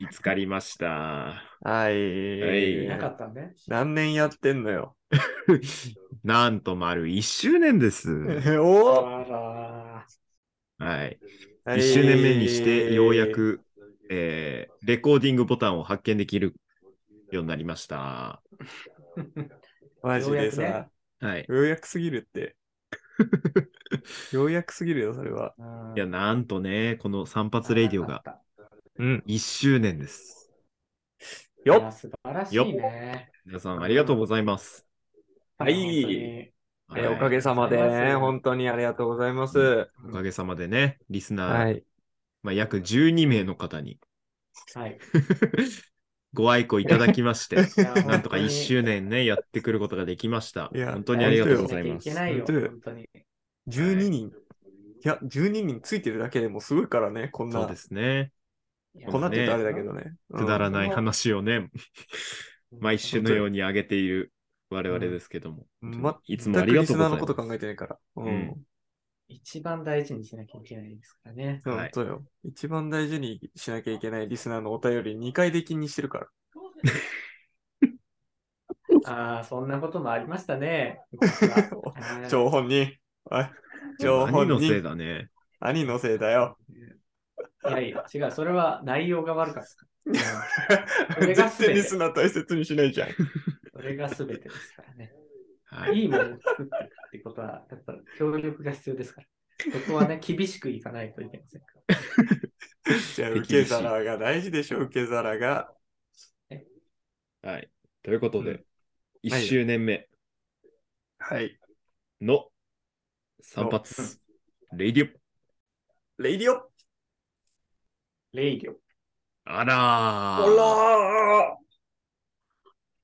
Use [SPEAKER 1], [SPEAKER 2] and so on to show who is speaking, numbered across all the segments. [SPEAKER 1] 見つかりました。
[SPEAKER 2] はい。
[SPEAKER 1] はい
[SPEAKER 3] なかったね。
[SPEAKER 2] 何年やってんのよ。
[SPEAKER 1] なんと丸1周年 です。
[SPEAKER 3] あ
[SPEAKER 2] お
[SPEAKER 3] ら
[SPEAKER 1] はい。
[SPEAKER 2] お
[SPEAKER 1] 1周年目にして、ようや。く、えーレコーディングボタンを発見できるようになりました。
[SPEAKER 3] ー。
[SPEAKER 2] マジでさ、
[SPEAKER 3] よう
[SPEAKER 2] よう
[SPEAKER 3] やくね
[SPEAKER 1] はい。
[SPEAKER 2] やくすぎるって。ようやくすぎるよ、それは。
[SPEAKER 3] うん
[SPEAKER 1] いや、なんとね、この散髪レイディオが。
[SPEAKER 2] うん。
[SPEAKER 1] 1周年です。
[SPEAKER 3] よ
[SPEAKER 2] よっ
[SPEAKER 3] 素晴らしいね。
[SPEAKER 1] 皆さん、ありがとうございます。
[SPEAKER 2] はい
[SPEAKER 3] 本当に
[SPEAKER 2] えー
[SPEAKER 1] はい
[SPEAKER 2] おかげさまで
[SPEAKER 3] ありがとうございま
[SPEAKER 2] ね、
[SPEAKER 3] す
[SPEAKER 2] 本当にありがとうございます。
[SPEAKER 1] おかげさまでね、リスナー、
[SPEAKER 2] はい。
[SPEAKER 1] まあ、約12名の方に
[SPEAKER 3] はい。
[SPEAKER 1] ご愛顧いただきまして、
[SPEAKER 3] いや
[SPEAKER 1] なんとか1周年ね、やってくることができました。
[SPEAKER 2] いや
[SPEAKER 1] 本当にありがとうござい
[SPEAKER 3] 本当に
[SPEAKER 1] ま
[SPEAKER 3] いけ
[SPEAKER 1] す。
[SPEAKER 3] ないよ、
[SPEAKER 2] 本当に
[SPEAKER 3] 本当に。
[SPEAKER 2] 12人。いや、12人ついてるだけでもすごいからね、こんな。
[SPEAKER 1] そうですね。
[SPEAKER 2] こんなって言うとあれだけど
[SPEAKER 3] ね。
[SPEAKER 2] ね。
[SPEAKER 1] くだら
[SPEAKER 2] い。
[SPEAKER 1] ない話をね、毎週のように上げている我々ですけども。
[SPEAKER 2] ま
[SPEAKER 1] いつもありがとうございます
[SPEAKER 2] 全くリスナーのこと考えてないから。う
[SPEAKER 1] うん
[SPEAKER 2] ん。
[SPEAKER 3] 一番大事にしなきゃいけないですから ね。
[SPEAKER 2] そう
[SPEAKER 1] はい
[SPEAKER 2] そうよ。一番大事にしなきゃいけないリスナーのお便り2回で気にしてるから。
[SPEAKER 3] ああ、そんなこともありまし たね。僕ははい
[SPEAKER 2] 張本人。おい張
[SPEAKER 1] 兄
[SPEAKER 2] 本
[SPEAKER 1] のせい
[SPEAKER 2] 人。
[SPEAKER 1] だね。
[SPEAKER 2] 兄のせいだよ。
[SPEAKER 3] いやいや、違う、それは内容が悪 かった。うん俺が全て
[SPEAKER 2] 絶対リスナー大切にしないじゃん。
[SPEAKER 3] それが全てですからね。
[SPEAKER 1] はい。
[SPEAKER 3] いいものを作っていくってことは、やっぱ協力が必要ですから。そこは ね、厳しくいかないといけませんから。
[SPEAKER 2] じゃあ、受け皿が大事でしょ、受け皿が。
[SPEAKER 1] はい、ということで、
[SPEAKER 2] んは
[SPEAKER 1] 1
[SPEAKER 2] い
[SPEAKER 1] 周年目
[SPEAKER 2] はい。
[SPEAKER 1] の散髪、レイディ
[SPEAKER 2] レイディオ
[SPEAKER 3] レイディオ。
[SPEAKER 1] オ。あらー
[SPEAKER 2] あ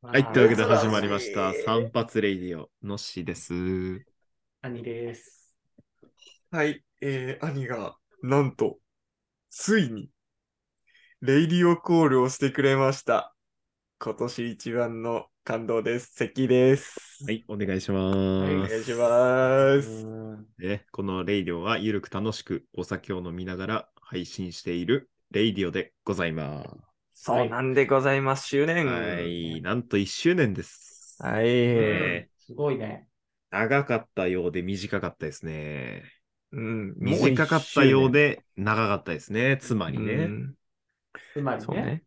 [SPEAKER 1] はい、というわけで始まり
[SPEAKER 3] ま
[SPEAKER 1] ました。散髪レイディオ、のっしーです。
[SPEAKER 3] す。兄です。
[SPEAKER 2] らはい。えー、兄が、なんと、ついに、レイディオコールをしてくれました。今年一番の感動です。関です。
[SPEAKER 1] はい、お願いし
[SPEAKER 2] お
[SPEAKER 1] ま
[SPEAKER 2] 願い
[SPEAKER 1] す。
[SPEAKER 2] します。
[SPEAKER 3] うん
[SPEAKER 1] ね、このレイディオは、ゆるく楽しくお酒を飲みながら配信しているレイディオでございます。
[SPEAKER 2] そうなんでございます、周年。
[SPEAKER 1] はい、なんと1周年です。
[SPEAKER 2] はい。
[SPEAKER 1] え
[SPEAKER 3] すごいね。
[SPEAKER 1] 長かったようで短かったですね。
[SPEAKER 2] うん、
[SPEAKER 1] 短かったようで長かったですね。つまり
[SPEAKER 2] もう一周年。
[SPEAKER 1] ね。
[SPEAKER 3] つま
[SPEAKER 2] うん
[SPEAKER 3] り
[SPEAKER 2] そう
[SPEAKER 3] ね。
[SPEAKER 2] ね。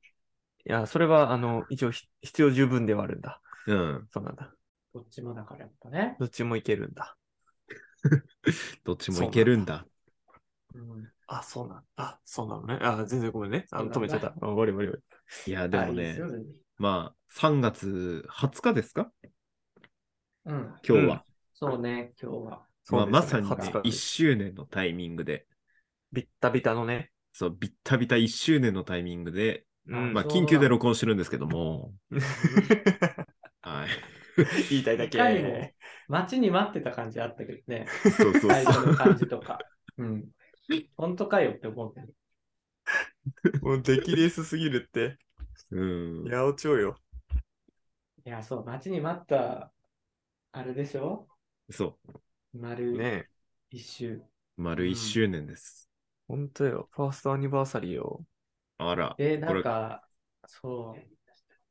[SPEAKER 2] いや、それは、あの、一応ひ必要十分ではあるんだ。
[SPEAKER 1] うん。
[SPEAKER 2] そうなんだ。
[SPEAKER 3] どっちもだからやっぱね。
[SPEAKER 2] どっちもいけるんだ。
[SPEAKER 1] どっちもいけるんだ。
[SPEAKER 3] うん
[SPEAKER 2] あ、そうなんだ。そうなのね。あ、全然ごめんね。あの、止
[SPEAKER 3] そう
[SPEAKER 2] め
[SPEAKER 3] なん
[SPEAKER 2] ちゃ
[SPEAKER 3] だ
[SPEAKER 2] った。あゴリゴリゴ
[SPEAKER 1] い
[SPEAKER 2] リ。
[SPEAKER 1] や、でも
[SPEAKER 3] あいい
[SPEAKER 1] ね
[SPEAKER 3] す、よ全然
[SPEAKER 1] まあ、3月20日ですか
[SPEAKER 3] うん。
[SPEAKER 1] 今日は。
[SPEAKER 3] そうね、今日は。
[SPEAKER 1] まあ、ま
[SPEAKER 2] そ
[SPEAKER 1] さ
[SPEAKER 2] う
[SPEAKER 1] に、
[SPEAKER 2] です
[SPEAKER 1] ね
[SPEAKER 2] ね20日
[SPEAKER 1] 1周年のタイミングで、
[SPEAKER 2] ビッタビタのね。
[SPEAKER 1] そう、ビッタビタ1周年のタイミングで、
[SPEAKER 2] うん。
[SPEAKER 1] まあ、
[SPEAKER 3] そうだ
[SPEAKER 1] 緊急で録音してるんですけども、 はい。
[SPEAKER 2] 言いたいだけ。
[SPEAKER 3] いかにも待ちに待ってた感じあったけどね。
[SPEAKER 1] そうそう
[SPEAKER 3] 最
[SPEAKER 1] そ
[SPEAKER 3] 初
[SPEAKER 1] う。
[SPEAKER 3] の感じとか。うん。本当かよって思うけど。
[SPEAKER 2] もう出来レースすぎるって。
[SPEAKER 1] うん。
[SPEAKER 2] 八百長よ。
[SPEAKER 3] いや、そう、待ちに待った、あれでしょ
[SPEAKER 1] そ
[SPEAKER 3] 丸
[SPEAKER 2] ねえ。
[SPEAKER 3] 一周。
[SPEAKER 1] う。丸1周年です。
[SPEAKER 2] ほんとよ。ファーストアニバーサリーよ。
[SPEAKER 1] あら、こ
[SPEAKER 3] で、
[SPEAKER 1] れ
[SPEAKER 3] なんか、そう。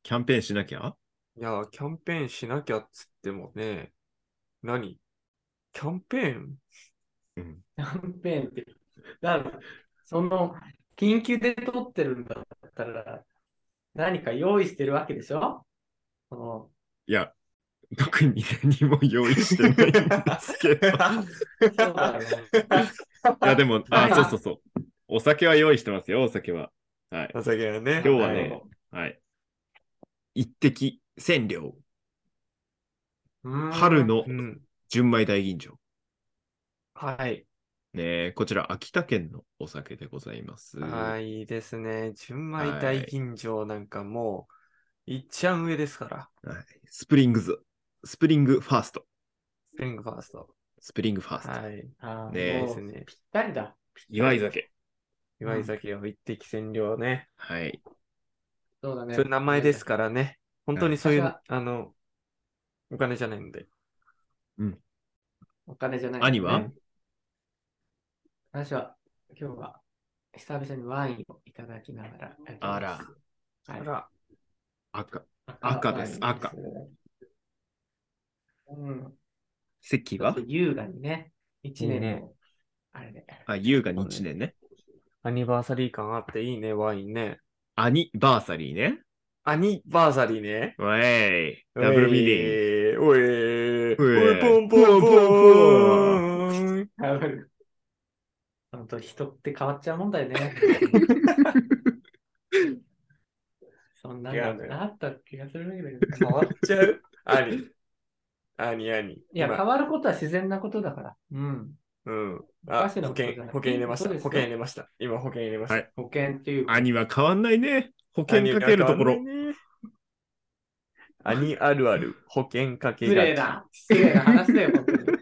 [SPEAKER 1] キャンペーンしなきゃ
[SPEAKER 2] いやー、キャンペーンしなきゃっつってもね、何キャンペーン
[SPEAKER 1] うん。
[SPEAKER 3] キャンペーンって。だから、その、緊急で撮ってるんだったら、何か用意してるわけでしょ その
[SPEAKER 1] いや、特に何も用意してないんですけ ど。い
[SPEAKER 3] そうだよね
[SPEAKER 1] や、でも、
[SPEAKER 3] は
[SPEAKER 1] あ、
[SPEAKER 3] い
[SPEAKER 1] そうそうそう。お酒は用意してますよ、お酒は。はい。
[SPEAKER 2] お酒は
[SPEAKER 1] 今
[SPEAKER 2] ね。
[SPEAKER 1] 日はね、はい。一滴千両、
[SPEAKER 3] うん
[SPEAKER 1] 春の
[SPEAKER 2] うん。
[SPEAKER 1] 純米大吟醸。
[SPEAKER 2] はい。
[SPEAKER 1] ねえこちら、秋田県のお酒でございます。
[SPEAKER 2] あーいいですね。純米大吟醸なんかもう、いっちゃん上ですから。
[SPEAKER 1] スプリングズ、スプリングファースト。
[SPEAKER 2] スプリングファースト。
[SPEAKER 1] スプリングファースト。
[SPEAKER 2] はい。
[SPEAKER 3] あー
[SPEAKER 1] ねえ
[SPEAKER 3] も
[SPEAKER 2] です
[SPEAKER 3] うぴっ
[SPEAKER 2] ね。
[SPEAKER 3] たりだ。
[SPEAKER 1] 祝い酒。
[SPEAKER 2] 祝い酒を一滴千両ね。
[SPEAKER 1] はい。
[SPEAKER 3] そうだね。
[SPEAKER 2] そういう名前ですからね。本当にそうい
[SPEAKER 3] は
[SPEAKER 2] う
[SPEAKER 3] い、
[SPEAKER 2] あの、お金じゃないので。
[SPEAKER 3] お金じゃない。
[SPEAKER 1] 兄は
[SPEAKER 2] ね
[SPEAKER 3] 私は、今日は、久々にワインをいただきながらやってます。
[SPEAKER 1] あら
[SPEAKER 3] はい、
[SPEAKER 2] ら、
[SPEAKER 1] 赤。赤
[SPEAKER 3] 赤
[SPEAKER 1] です
[SPEAKER 3] ワイン
[SPEAKER 1] 赤。
[SPEAKER 3] うん。
[SPEAKER 1] 席
[SPEAKER 3] ちょっ
[SPEAKER 1] は
[SPEAKER 3] と優雅にね、一年
[SPEAKER 2] いい
[SPEAKER 3] の
[SPEAKER 2] ね
[SPEAKER 3] あれで。
[SPEAKER 1] あ、優雅に1年ね。
[SPEAKER 2] アニバーサリー感あっていいね、ワインね。
[SPEAKER 1] アニバーサリーね。
[SPEAKER 2] アニバーサリーね。
[SPEAKER 1] ウェイ。ダブルミーディング。
[SPEAKER 2] ィング。おえー、
[SPEAKER 1] う
[SPEAKER 2] お
[SPEAKER 1] え
[SPEAKER 2] えポンポンポンポン。
[SPEAKER 3] 本当人って変わっちゃうもんだよね。 そんなのなった気がするん だけど。
[SPEAKER 2] 変わっちゃうアニ。アニアニ。
[SPEAKER 3] いや、
[SPEAKER 2] 今
[SPEAKER 3] 変わることは自然なことだから。うん。
[SPEAKER 2] うん。
[SPEAKER 3] お
[SPEAKER 2] あ、
[SPEAKER 3] かし
[SPEAKER 2] 保
[SPEAKER 3] なことじゃ
[SPEAKER 2] 険
[SPEAKER 3] ない、
[SPEAKER 2] 保険入れました。
[SPEAKER 3] そう
[SPEAKER 2] 保
[SPEAKER 3] ですよ
[SPEAKER 2] 険入れました。今保険入れました。
[SPEAKER 1] はい
[SPEAKER 3] 保険っていうか。
[SPEAKER 1] 兄は変わんないね。保険かけるところ。。
[SPEAKER 2] アニあるある、保険かけ
[SPEAKER 3] 失
[SPEAKER 2] が
[SPEAKER 3] 礼
[SPEAKER 2] ち。
[SPEAKER 3] な、失礼な話だよ、本当 に。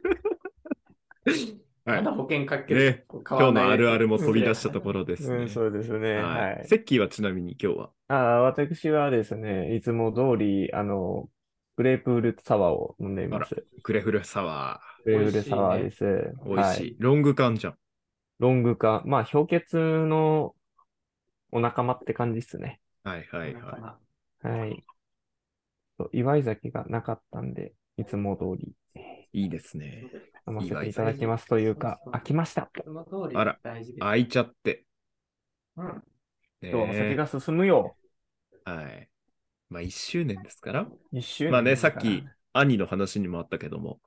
[SPEAKER 1] はい
[SPEAKER 3] まだ保険かけ
[SPEAKER 1] ね
[SPEAKER 3] る。今
[SPEAKER 1] 今日のあるあるも飛び出したところですね。
[SPEAKER 2] うん、そうですね。は
[SPEAKER 1] はいい。。セッキーはちなみに今日は。
[SPEAKER 2] ああ、私はですね、いつも通り、あの、グレープフルーツサワーを飲んでいます。
[SPEAKER 1] クレフルサワ
[SPEAKER 2] グレープフルーツサワーです。
[SPEAKER 1] ー。美味し。。
[SPEAKER 2] はい
[SPEAKER 1] ロング缶じゃん。
[SPEAKER 2] ロング缶。まあ、氷結のお仲間って感じですね。
[SPEAKER 1] はいはい
[SPEAKER 3] なんか
[SPEAKER 1] は
[SPEAKER 3] な
[SPEAKER 2] はい。そう祝い酒がなかったんで、いつも通り
[SPEAKER 1] い。いいですね。
[SPEAKER 2] 飲ませ
[SPEAKER 1] 祝
[SPEAKER 2] て
[SPEAKER 1] い
[SPEAKER 2] い
[SPEAKER 1] 酒
[SPEAKER 2] ただきますというか
[SPEAKER 3] そうそう、
[SPEAKER 2] 飽きました。
[SPEAKER 3] その通り
[SPEAKER 1] あら
[SPEAKER 3] 大事です。
[SPEAKER 1] 開いちゃって。
[SPEAKER 3] うん
[SPEAKER 1] ね
[SPEAKER 2] 今日は酒が進むよ。
[SPEAKER 1] はい。まあ1周年ですから。
[SPEAKER 2] 一周
[SPEAKER 1] まあね、
[SPEAKER 2] 年
[SPEAKER 1] さ
[SPEAKER 2] だ
[SPEAKER 1] っ
[SPEAKER 2] から
[SPEAKER 1] き。兄の話にもあったけども、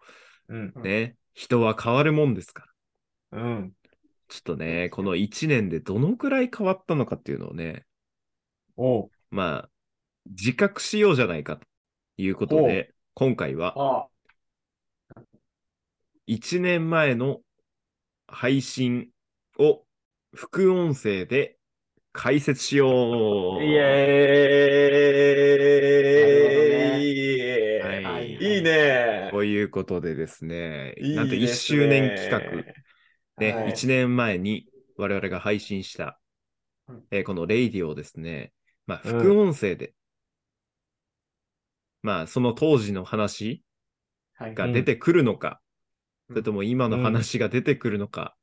[SPEAKER 2] うん。
[SPEAKER 3] うん
[SPEAKER 1] ね、人は変わるもんですから。
[SPEAKER 2] うん。
[SPEAKER 1] ちょっとね、この1年でどのくらい変わったのかっていうのをね、
[SPEAKER 2] おう。
[SPEAKER 1] まあ、自覚しようじゃないかということで、今回は
[SPEAKER 3] あ
[SPEAKER 1] 1年前の配信を副音声で解説しよう。
[SPEAKER 2] イエーイ
[SPEAKER 1] はい
[SPEAKER 3] あ
[SPEAKER 1] い
[SPEAKER 2] いいね
[SPEAKER 1] ということでですね、
[SPEAKER 2] いい
[SPEAKER 1] なんと
[SPEAKER 2] で
[SPEAKER 1] 1
[SPEAKER 2] す
[SPEAKER 1] 周年企画。ね、
[SPEAKER 2] はい
[SPEAKER 1] 1年前に我々が配信した
[SPEAKER 3] うん、
[SPEAKER 1] えーこのレイディオをですね、まあ、
[SPEAKER 2] うん
[SPEAKER 1] 副音声で、まあ、その当時の話
[SPEAKER 3] はい。
[SPEAKER 1] が出てくるのか、
[SPEAKER 3] うん
[SPEAKER 1] それとも今の話が出てくるのか、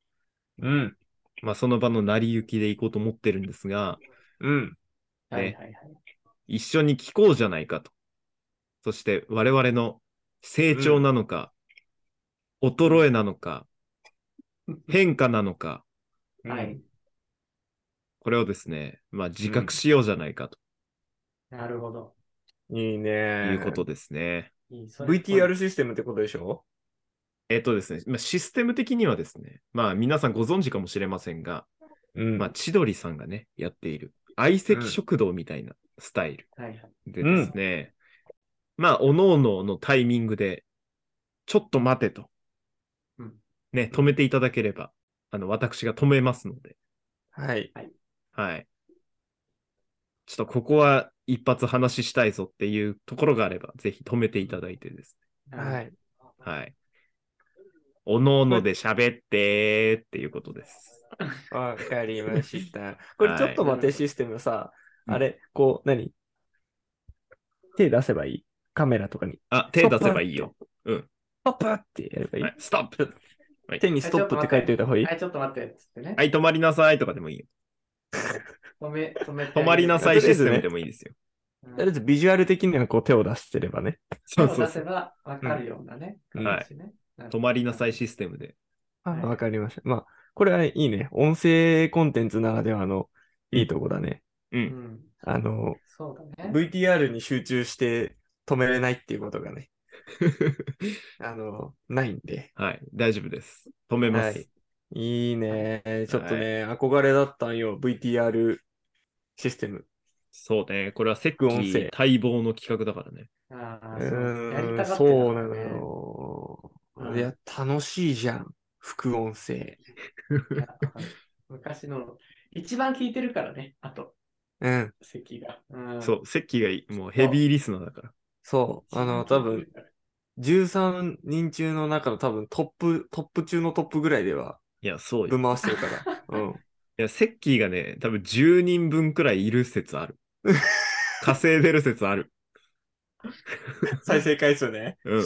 [SPEAKER 2] うん。
[SPEAKER 1] まあ、その場の成り行きでいこうと思ってるんですが、
[SPEAKER 2] うん。
[SPEAKER 3] はいはいはい。
[SPEAKER 1] 一緒に聞こうじゃないかと。そして、我々の成長なのか、衰えなのか、変化なのか、
[SPEAKER 3] はい。
[SPEAKER 1] これをですね、まあ、自覚しようじゃないかと
[SPEAKER 3] なるほど。
[SPEAKER 2] いいね
[SPEAKER 1] いうことですね。
[SPEAKER 3] いいそれ
[SPEAKER 2] VTR システムってことでしょ
[SPEAKER 1] えっとですね、まあ、システム的にはですね、まあ皆さんご存知かもしれませんが、
[SPEAKER 2] うん
[SPEAKER 1] まあ千鳥さんがね、やっている相席食堂みたいなスタイル
[SPEAKER 3] はいはい。
[SPEAKER 1] でですね、まあ、おのおののタイミングで、ちょっと待てと、
[SPEAKER 3] うん
[SPEAKER 1] ね、止めていただければ、あの、私が止めますので、
[SPEAKER 2] はい。
[SPEAKER 1] はい。ちょっとここは一発話したいぞっていうところがあれば、ぜひ止めていただいてです
[SPEAKER 2] は
[SPEAKER 3] はいい。。
[SPEAKER 1] はい。おのおので喋ってーっていうことです。
[SPEAKER 2] わかりました。これちょっと待ってシステムさ、
[SPEAKER 1] うん
[SPEAKER 2] あれ、こう、何手出せばいいカメラとかに。
[SPEAKER 1] あ、手出せばいいよ。
[SPEAKER 2] パッパッってやればいい、
[SPEAKER 1] はい、ストップはい
[SPEAKER 2] 手にストップって書いておいた方がいい、
[SPEAKER 3] はい、ちょっと待って。つってね。
[SPEAKER 1] はい、止まりなさいとかでもいいよ。
[SPEAKER 3] 止め、止めてあげる
[SPEAKER 1] 止まりなさいシステムでもいいですよ。
[SPEAKER 3] うん
[SPEAKER 2] とりあえずビジュアル的にはこう手を出してればね。
[SPEAKER 1] そ
[SPEAKER 3] 手
[SPEAKER 1] う
[SPEAKER 3] を
[SPEAKER 1] そう
[SPEAKER 3] 出
[SPEAKER 1] そ
[SPEAKER 3] せ
[SPEAKER 1] う。
[SPEAKER 3] ばわかるようなね。
[SPEAKER 2] うん
[SPEAKER 1] はい
[SPEAKER 3] 感じね
[SPEAKER 1] 止まりなさいシステムで。
[SPEAKER 2] あ
[SPEAKER 3] はい
[SPEAKER 2] わかりました。まあ、これはいいね。音声コンテンツならではのいいとこだね。
[SPEAKER 1] う。
[SPEAKER 3] うんん。
[SPEAKER 2] あの、
[SPEAKER 3] そうだね。
[SPEAKER 2] VTR に集中して止めれないっていうことがね、あの、ないんで。
[SPEAKER 1] はい、大丈夫です。止めます。
[SPEAKER 2] はいいいね。ちょっとね、憧れだったんよ。VTR システム。
[SPEAKER 1] そうね、これはセッキ
[SPEAKER 2] 副音
[SPEAKER 1] ー
[SPEAKER 2] 声
[SPEAKER 1] 待望の企画だからね。
[SPEAKER 3] ああ、
[SPEAKER 2] う
[SPEAKER 3] そうやり
[SPEAKER 2] ー
[SPEAKER 3] た
[SPEAKER 2] ん、
[SPEAKER 3] かった
[SPEAKER 2] そう
[SPEAKER 3] だ
[SPEAKER 2] な
[SPEAKER 3] ろ
[SPEAKER 2] の
[SPEAKER 3] ねう
[SPEAKER 2] よ。
[SPEAKER 3] ん
[SPEAKER 2] いや、楽しいじゃん。副音声。
[SPEAKER 3] いやわかる昔の、一番聞いてるからね、あと、
[SPEAKER 2] うん。
[SPEAKER 3] 席が。うん
[SPEAKER 1] そう、セッキーがいもうヘビーリスナーだから。
[SPEAKER 2] そう。あの、多分、。13人中の中の多分トップ、トップ中のトップぐらいでは、
[SPEAKER 1] いや、そうよ。
[SPEAKER 2] ぶん回してる から。うん。
[SPEAKER 1] いや、セッキーがね、多分10人分くらいいる説ある。稼いでる説ある。
[SPEAKER 2] 再生回数ね。
[SPEAKER 1] うん。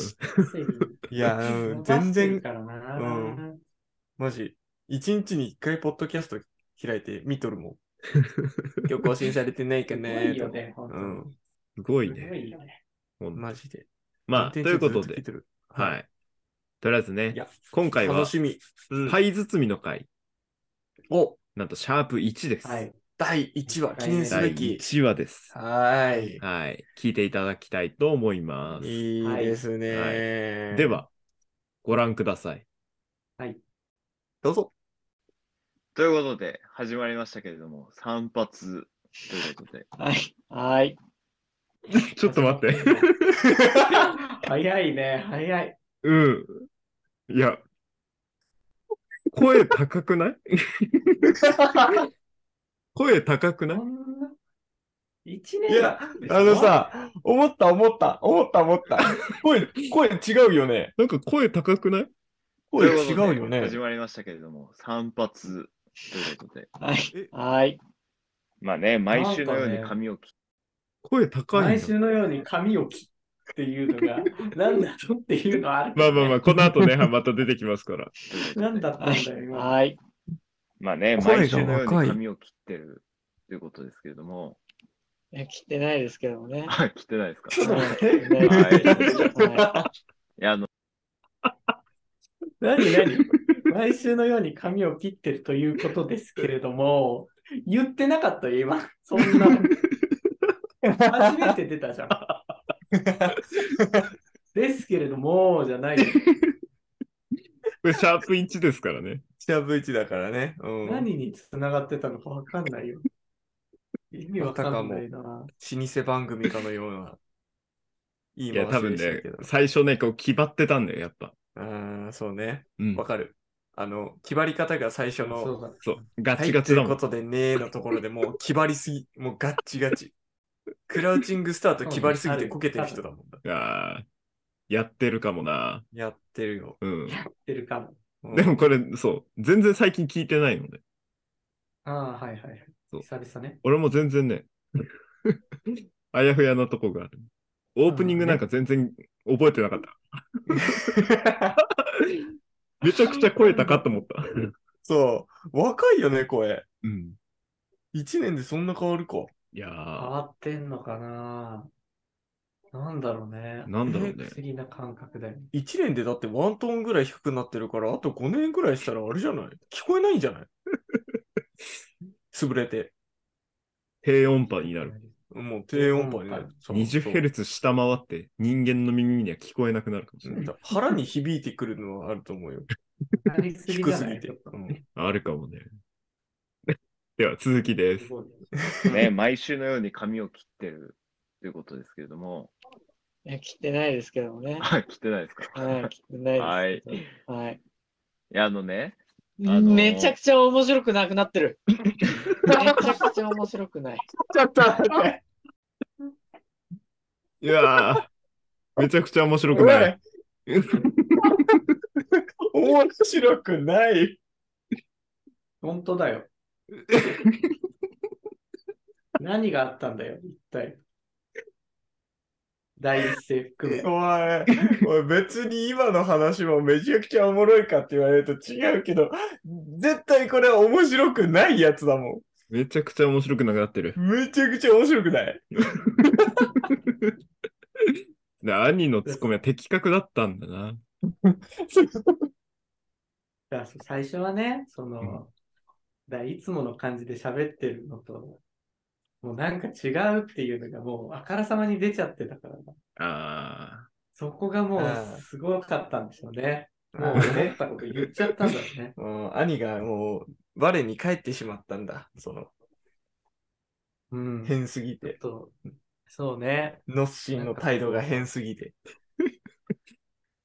[SPEAKER 2] い や、うん全然、
[SPEAKER 3] からな
[SPEAKER 2] うんマジ。1日に1回ポッドキャスト開いて見とる もん。今日更新されてないか
[SPEAKER 3] すご
[SPEAKER 2] ね
[SPEAKER 3] いよね、本
[SPEAKER 2] と
[SPEAKER 3] 当
[SPEAKER 2] う
[SPEAKER 3] に。
[SPEAKER 2] ん。
[SPEAKER 1] すごい
[SPEAKER 3] す
[SPEAKER 1] ね。
[SPEAKER 3] ごいよね。
[SPEAKER 1] ほんと
[SPEAKER 2] マジで。
[SPEAKER 1] まあ、と
[SPEAKER 2] 運
[SPEAKER 1] い
[SPEAKER 2] 転
[SPEAKER 1] うこ
[SPEAKER 2] 中
[SPEAKER 1] と
[SPEAKER 2] ずっ聞い
[SPEAKER 1] で、
[SPEAKER 2] てる。
[SPEAKER 1] はい。とりあえず
[SPEAKER 2] い
[SPEAKER 1] ね
[SPEAKER 2] や、
[SPEAKER 1] 今回は
[SPEAKER 2] 楽、しみ。うん
[SPEAKER 1] パイ包みの回、
[SPEAKER 2] お
[SPEAKER 1] なんとシャープ1です。
[SPEAKER 3] はい。
[SPEAKER 2] 第1話、
[SPEAKER 3] はい
[SPEAKER 2] 記念すべ
[SPEAKER 1] 第
[SPEAKER 2] き。
[SPEAKER 1] 1話です。
[SPEAKER 2] はーい。
[SPEAKER 1] はい。聞いていただきたいと思います。
[SPEAKER 2] いいですね、
[SPEAKER 1] で、は、ご覧ください。
[SPEAKER 2] どうぞ。
[SPEAKER 1] ということで、始まりましたけれども、散髪ということで。
[SPEAKER 4] はい。はい。
[SPEAKER 1] ちょっと待って。
[SPEAKER 3] 早いね、早い。
[SPEAKER 1] うん。いや、声高く ない声高く
[SPEAKER 3] こ
[SPEAKER 1] ない
[SPEAKER 3] んな。一年
[SPEAKER 2] いや、あの、さ、思った、思った、思った、思 った。声、声違うよね。
[SPEAKER 1] なんか声高くない
[SPEAKER 2] 声
[SPEAKER 5] とい
[SPEAKER 2] 違
[SPEAKER 5] うこと
[SPEAKER 2] う
[SPEAKER 5] で
[SPEAKER 2] よね
[SPEAKER 5] 始。まりましたけれども、散髪ということで。
[SPEAKER 4] はい。はい。
[SPEAKER 5] まあね、毎週のよう
[SPEAKER 3] なんか
[SPEAKER 5] に
[SPEAKER 3] ね
[SPEAKER 5] 髪を切
[SPEAKER 1] 声高いんだ
[SPEAKER 3] 毎週のように髪を切っていうのが、なんだとっていうのはある、
[SPEAKER 1] まあまあまあ、この後ね、また出てきますから。
[SPEAKER 5] ってるということで
[SPEAKER 3] なんだったんだよ、今。
[SPEAKER 4] はい。
[SPEAKER 5] まあね、
[SPEAKER 2] 声が
[SPEAKER 5] 毎週のよう
[SPEAKER 2] 若い
[SPEAKER 5] に髪を切ってるということですけれども、
[SPEAKER 4] え切ってないですけどもね。
[SPEAKER 5] はい、切ってない ですか
[SPEAKER 3] ちょっと
[SPEAKER 5] い
[SPEAKER 3] 待って。
[SPEAKER 4] ね
[SPEAKER 2] は
[SPEAKER 5] や、あの、
[SPEAKER 3] 何何毎週のように髪を切ってるということですけれども、言ってなかったよ、今。そんなの。初めて出たじゃん。ですけれども、じゃないよ。
[SPEAKER 1] これ、シャープ1ですから ね。
[SPEAKER 2] シャープ1だからね。うん。
[SPEAKER 3] 何につながってたのかわかんないよ。意味わかんないな。
[SPEAKER 2] 老舗番組かのような。いい
[SPEAKER 1] いや、
[SPEAKER 2] 回
[SPEAKER 1] 多
[SPEAKER 2] し
[SPEAKER 1] 分
[SPEAKER 2] でした
[SPEAKER 1] ね
[SPEAKER 2] けど、。
[SPEAKER 1] 最初ね、こう、気張ってたんだよ、やっぱ。
[SPEAKER 2] うん、そうね。
[SPEAKER 1] うん
[SPEAKER 2] わ。かる。あの、決まり方が最初の、
[SPEAKER 3] そうだ。
[SPEAKER 1] そう。ガ
[SPEAKER 2] は
[SPEAKER 1] チ
[SPEAKER 2] い、
[SPEAKER 1] ガチだも
[SPEAKER 2] というんこ。とでねーのところでもう気張りすぎ、 もうガッチガチ。クラウチングスタート気張りすぎてこけてる人だもんだ。
[SPEAKER 1] あーやってるかもな。
[SPEAKER 2] やってるよ。
[SPEAKER 1] うん。
[SPEAKER 3] 出るかも。
[SPEAKER 2] うん
[SPEAKER 1] でもこれ、そう。全然最近聞いてないので。
[SPEAKER 3] ああ、はいはいはい。
[SPEAKER 1] そう
[SPEAKER 3] 久々ね。
[SPEAKER 1] 俺も全然 ね、あやふやなとこがある。オープニングなんか全然覚えてなかった。 めちゃくちゃ声高と思った。
[SPEAKER 2] そう。若いよね、声。
[SPEAKER 1] うん。
[SPEAKER 2] 1年でそんな変わるか。
[SPEAKER 1] いや
[SPEAKER 3] 変
[SPEAKER 1] ー、
[SPEAKER 3] わってんのかななんだろうね。
[SPEAKER 1] なんだろうね
[SPEAKER 3] 不思議な感覚だよね。
[SPEAKER 2] 1年でだってワントーンぐらい低くなってるから、あと5年ぐらいしたらあれじゃない聞こえないんじゃない 潰れて。
[SPEAKER 1] 低音波になる。
[SPEAKER 2] もう低音波になる。ル
[SPEAKER 1] 20Hz 下回って人間の耳には聞こえなくなるかもしれない。
[SPEAKER 2] 腹に響いてくるのはあると思うよ。
[SPEAKER 3] ありすぎ
[SPEAKER 2] 低
[SPEAKER 3] じゃ
[SPEAKER 2] す
[SPEAKER 3] な
[SPEAKER 2] ぎ
[SPEAKER 3] い
[SPEAKER 2] て。うん
[SPEAKER 1] あるかもね。では続きです。
[SPEAKER 5] ね、毎週のように髪を切ってるということですけれども、
[SPEAKER 4] え切ってないですけどもね。
[SPEAKER 5] はい、切ってないですか
[SPEAKER 4] はい。切ってない
[SPEAKER 5] はい。い
[SPEAKER 4] です。はい。
[SPEAKER 5] や、あのね、あのー
[SPEAKER 4] めちゃくちゃ面白くなくなってる。めちゃくちゃ面白くない。
[SPEAKER 2] ちょっと待って。
[SPEAKER 1] いやー、めちゃくちゃ面白くない。
[SPEAKER 2] 面白くない。
[SPEAKER 3] 本当 だよ。何があったんだよ、一体。第一声含め。
[SPEAKER 2] おい、おい別に今の話もめちゃくちゃおもろいかって言われると違うけど、絶対これは面白くないやつだも
[SPEAKER 1] めちゃくちゃ面白くなくなってる。
[SPEAKER 2] ん。めちゃくちゃ面白くない。
[SPEAKER 1] で兄のツッコミは的確だったんだな。
[SPEAKER 3] だからそう最初はね、その、
[SPEAKER 1] うん
[SPEAKER 3] だからいつもの感じで喋ってるのと、もうなんか違うっていうのがもうあからさまに出ちゃってたからな、
[SPEAKER 1] あ
[SPEAKER 3] そこがも
[SPEAKER 2] うん
[SPEAKER 3] うすごかったんでしょうね。もう思ったこと言っちゃったんだろ うね。
[SPEAKER 2] もう兄がもう、我に帰ってしまったんだ。その、
[SPEAKER 3] うん。ちょっ
[SPEAKER 2] 変すぎて。
[SPEAKER 3] と、そうね。
[SPEAKER 2] ノッシーの態度が変すぎて。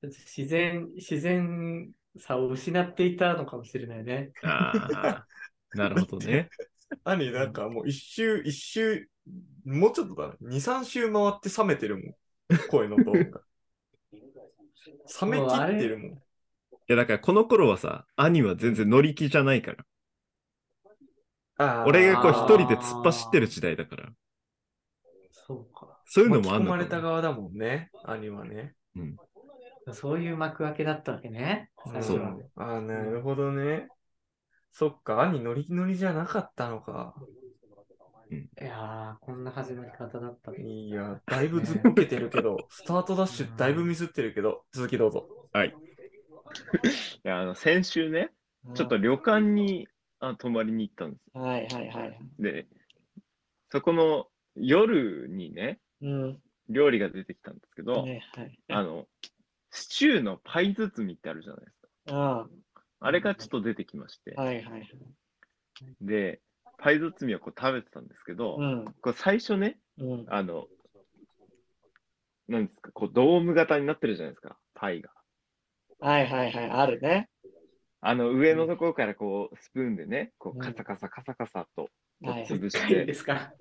[SPEAKER 3] 自然、自然さを失っていたのかもしれないね。
[SPEAKER 1] ーあー、 なるほどね。
[SPEAKER 2] 兄なんかもう一周、一周、もうちょっとだな。二、三周回って冷めてるもん。声のトーンが。冷めきって るもん。
[SPEAKER 1] いやだからこの頃はさ、兄は全然乗り気じゃないから。
[SPEAKER 2] あー
[SPEAKER 1] 俺がこう
[SPEAKER 3] あ
[SPEAKER 1] 一
[SPEAKER 3] ー
[SPEAKER 1] 人で突っ走ってる時代だから。
[SPEAKER 3] そうか。
[SPEAKER 1] そういうの
[SPEAKER 2] 巻き
[SPEAKER 1] もあ
[SPEAKER 2] 込
[SPEAKER 1] んの
[SPEAKER 2] まれ
[SPEAKER 1] か
[SPEAKER 2] た
[SPEAKER 1] な。
[SPEAKER 2] 側だもんね、兄はね。
[SPEAKER 3] そういう幕開けだったわけね。最
[SPEAKER 1] そ
[SPEAKER 3] 初は
[SPEAKER 1] う。
[SPEAKER 2] ああ、なるほどね。そっか、兄ノリノリじゃなかったのか。
[SPEAKER 3] いやー、こんな始まり方だったね。
[SPEAKER 2] いや、だいぶずっこけてる けど、スタートダッシュだいぶミスってるけど、続きどうぞ。
[SPEAKER 1] はい。
[SPEAKER 5] いや、あの、先週ね、 ちょっと旅館にあ泊まりに行ったんで
[SPEAKER 4] はいはいはい。
[SPEAKER 5] す。で、そこの夜にね、
[SPEAKER 4] うん。
[SPEAKER 5] 料理が出てきたんですけど、
[SPEAKER 4] はいはい。
[SPEAKER 5] あの、シチューのパイ包みってあるじゃないですか。
[SPEAKER 4] あ
[SPEAKER 5] あれがちょっと出てきまして
[SPEAKER 4] あ、、はいはい。
[SPEAKER 5] で、パイ包みをこう食べてたんですけど、
[SPEAKER 4] うん。
[SPEAKER 5] こう最初ね、
[SPEAKER 4] うん。
[SPEAKER 5] あの、なんですか、こうドーム型になってるじゃないですか、パイが。
[SPEAKER 4] はいはいはい。あるね。
[SPEAKER 5] あの上のところからこうスプーンでね、こ
[SPEAKER 4] う
[SPEAKER 5] うんカサカサカサカサと
[SPEAKER 4] はいはい。
[SPEAKER 5] 潰し
[SPEAKER 3] 深いん
[SPEAKER 5] て
[SPEAKER 3] で、すか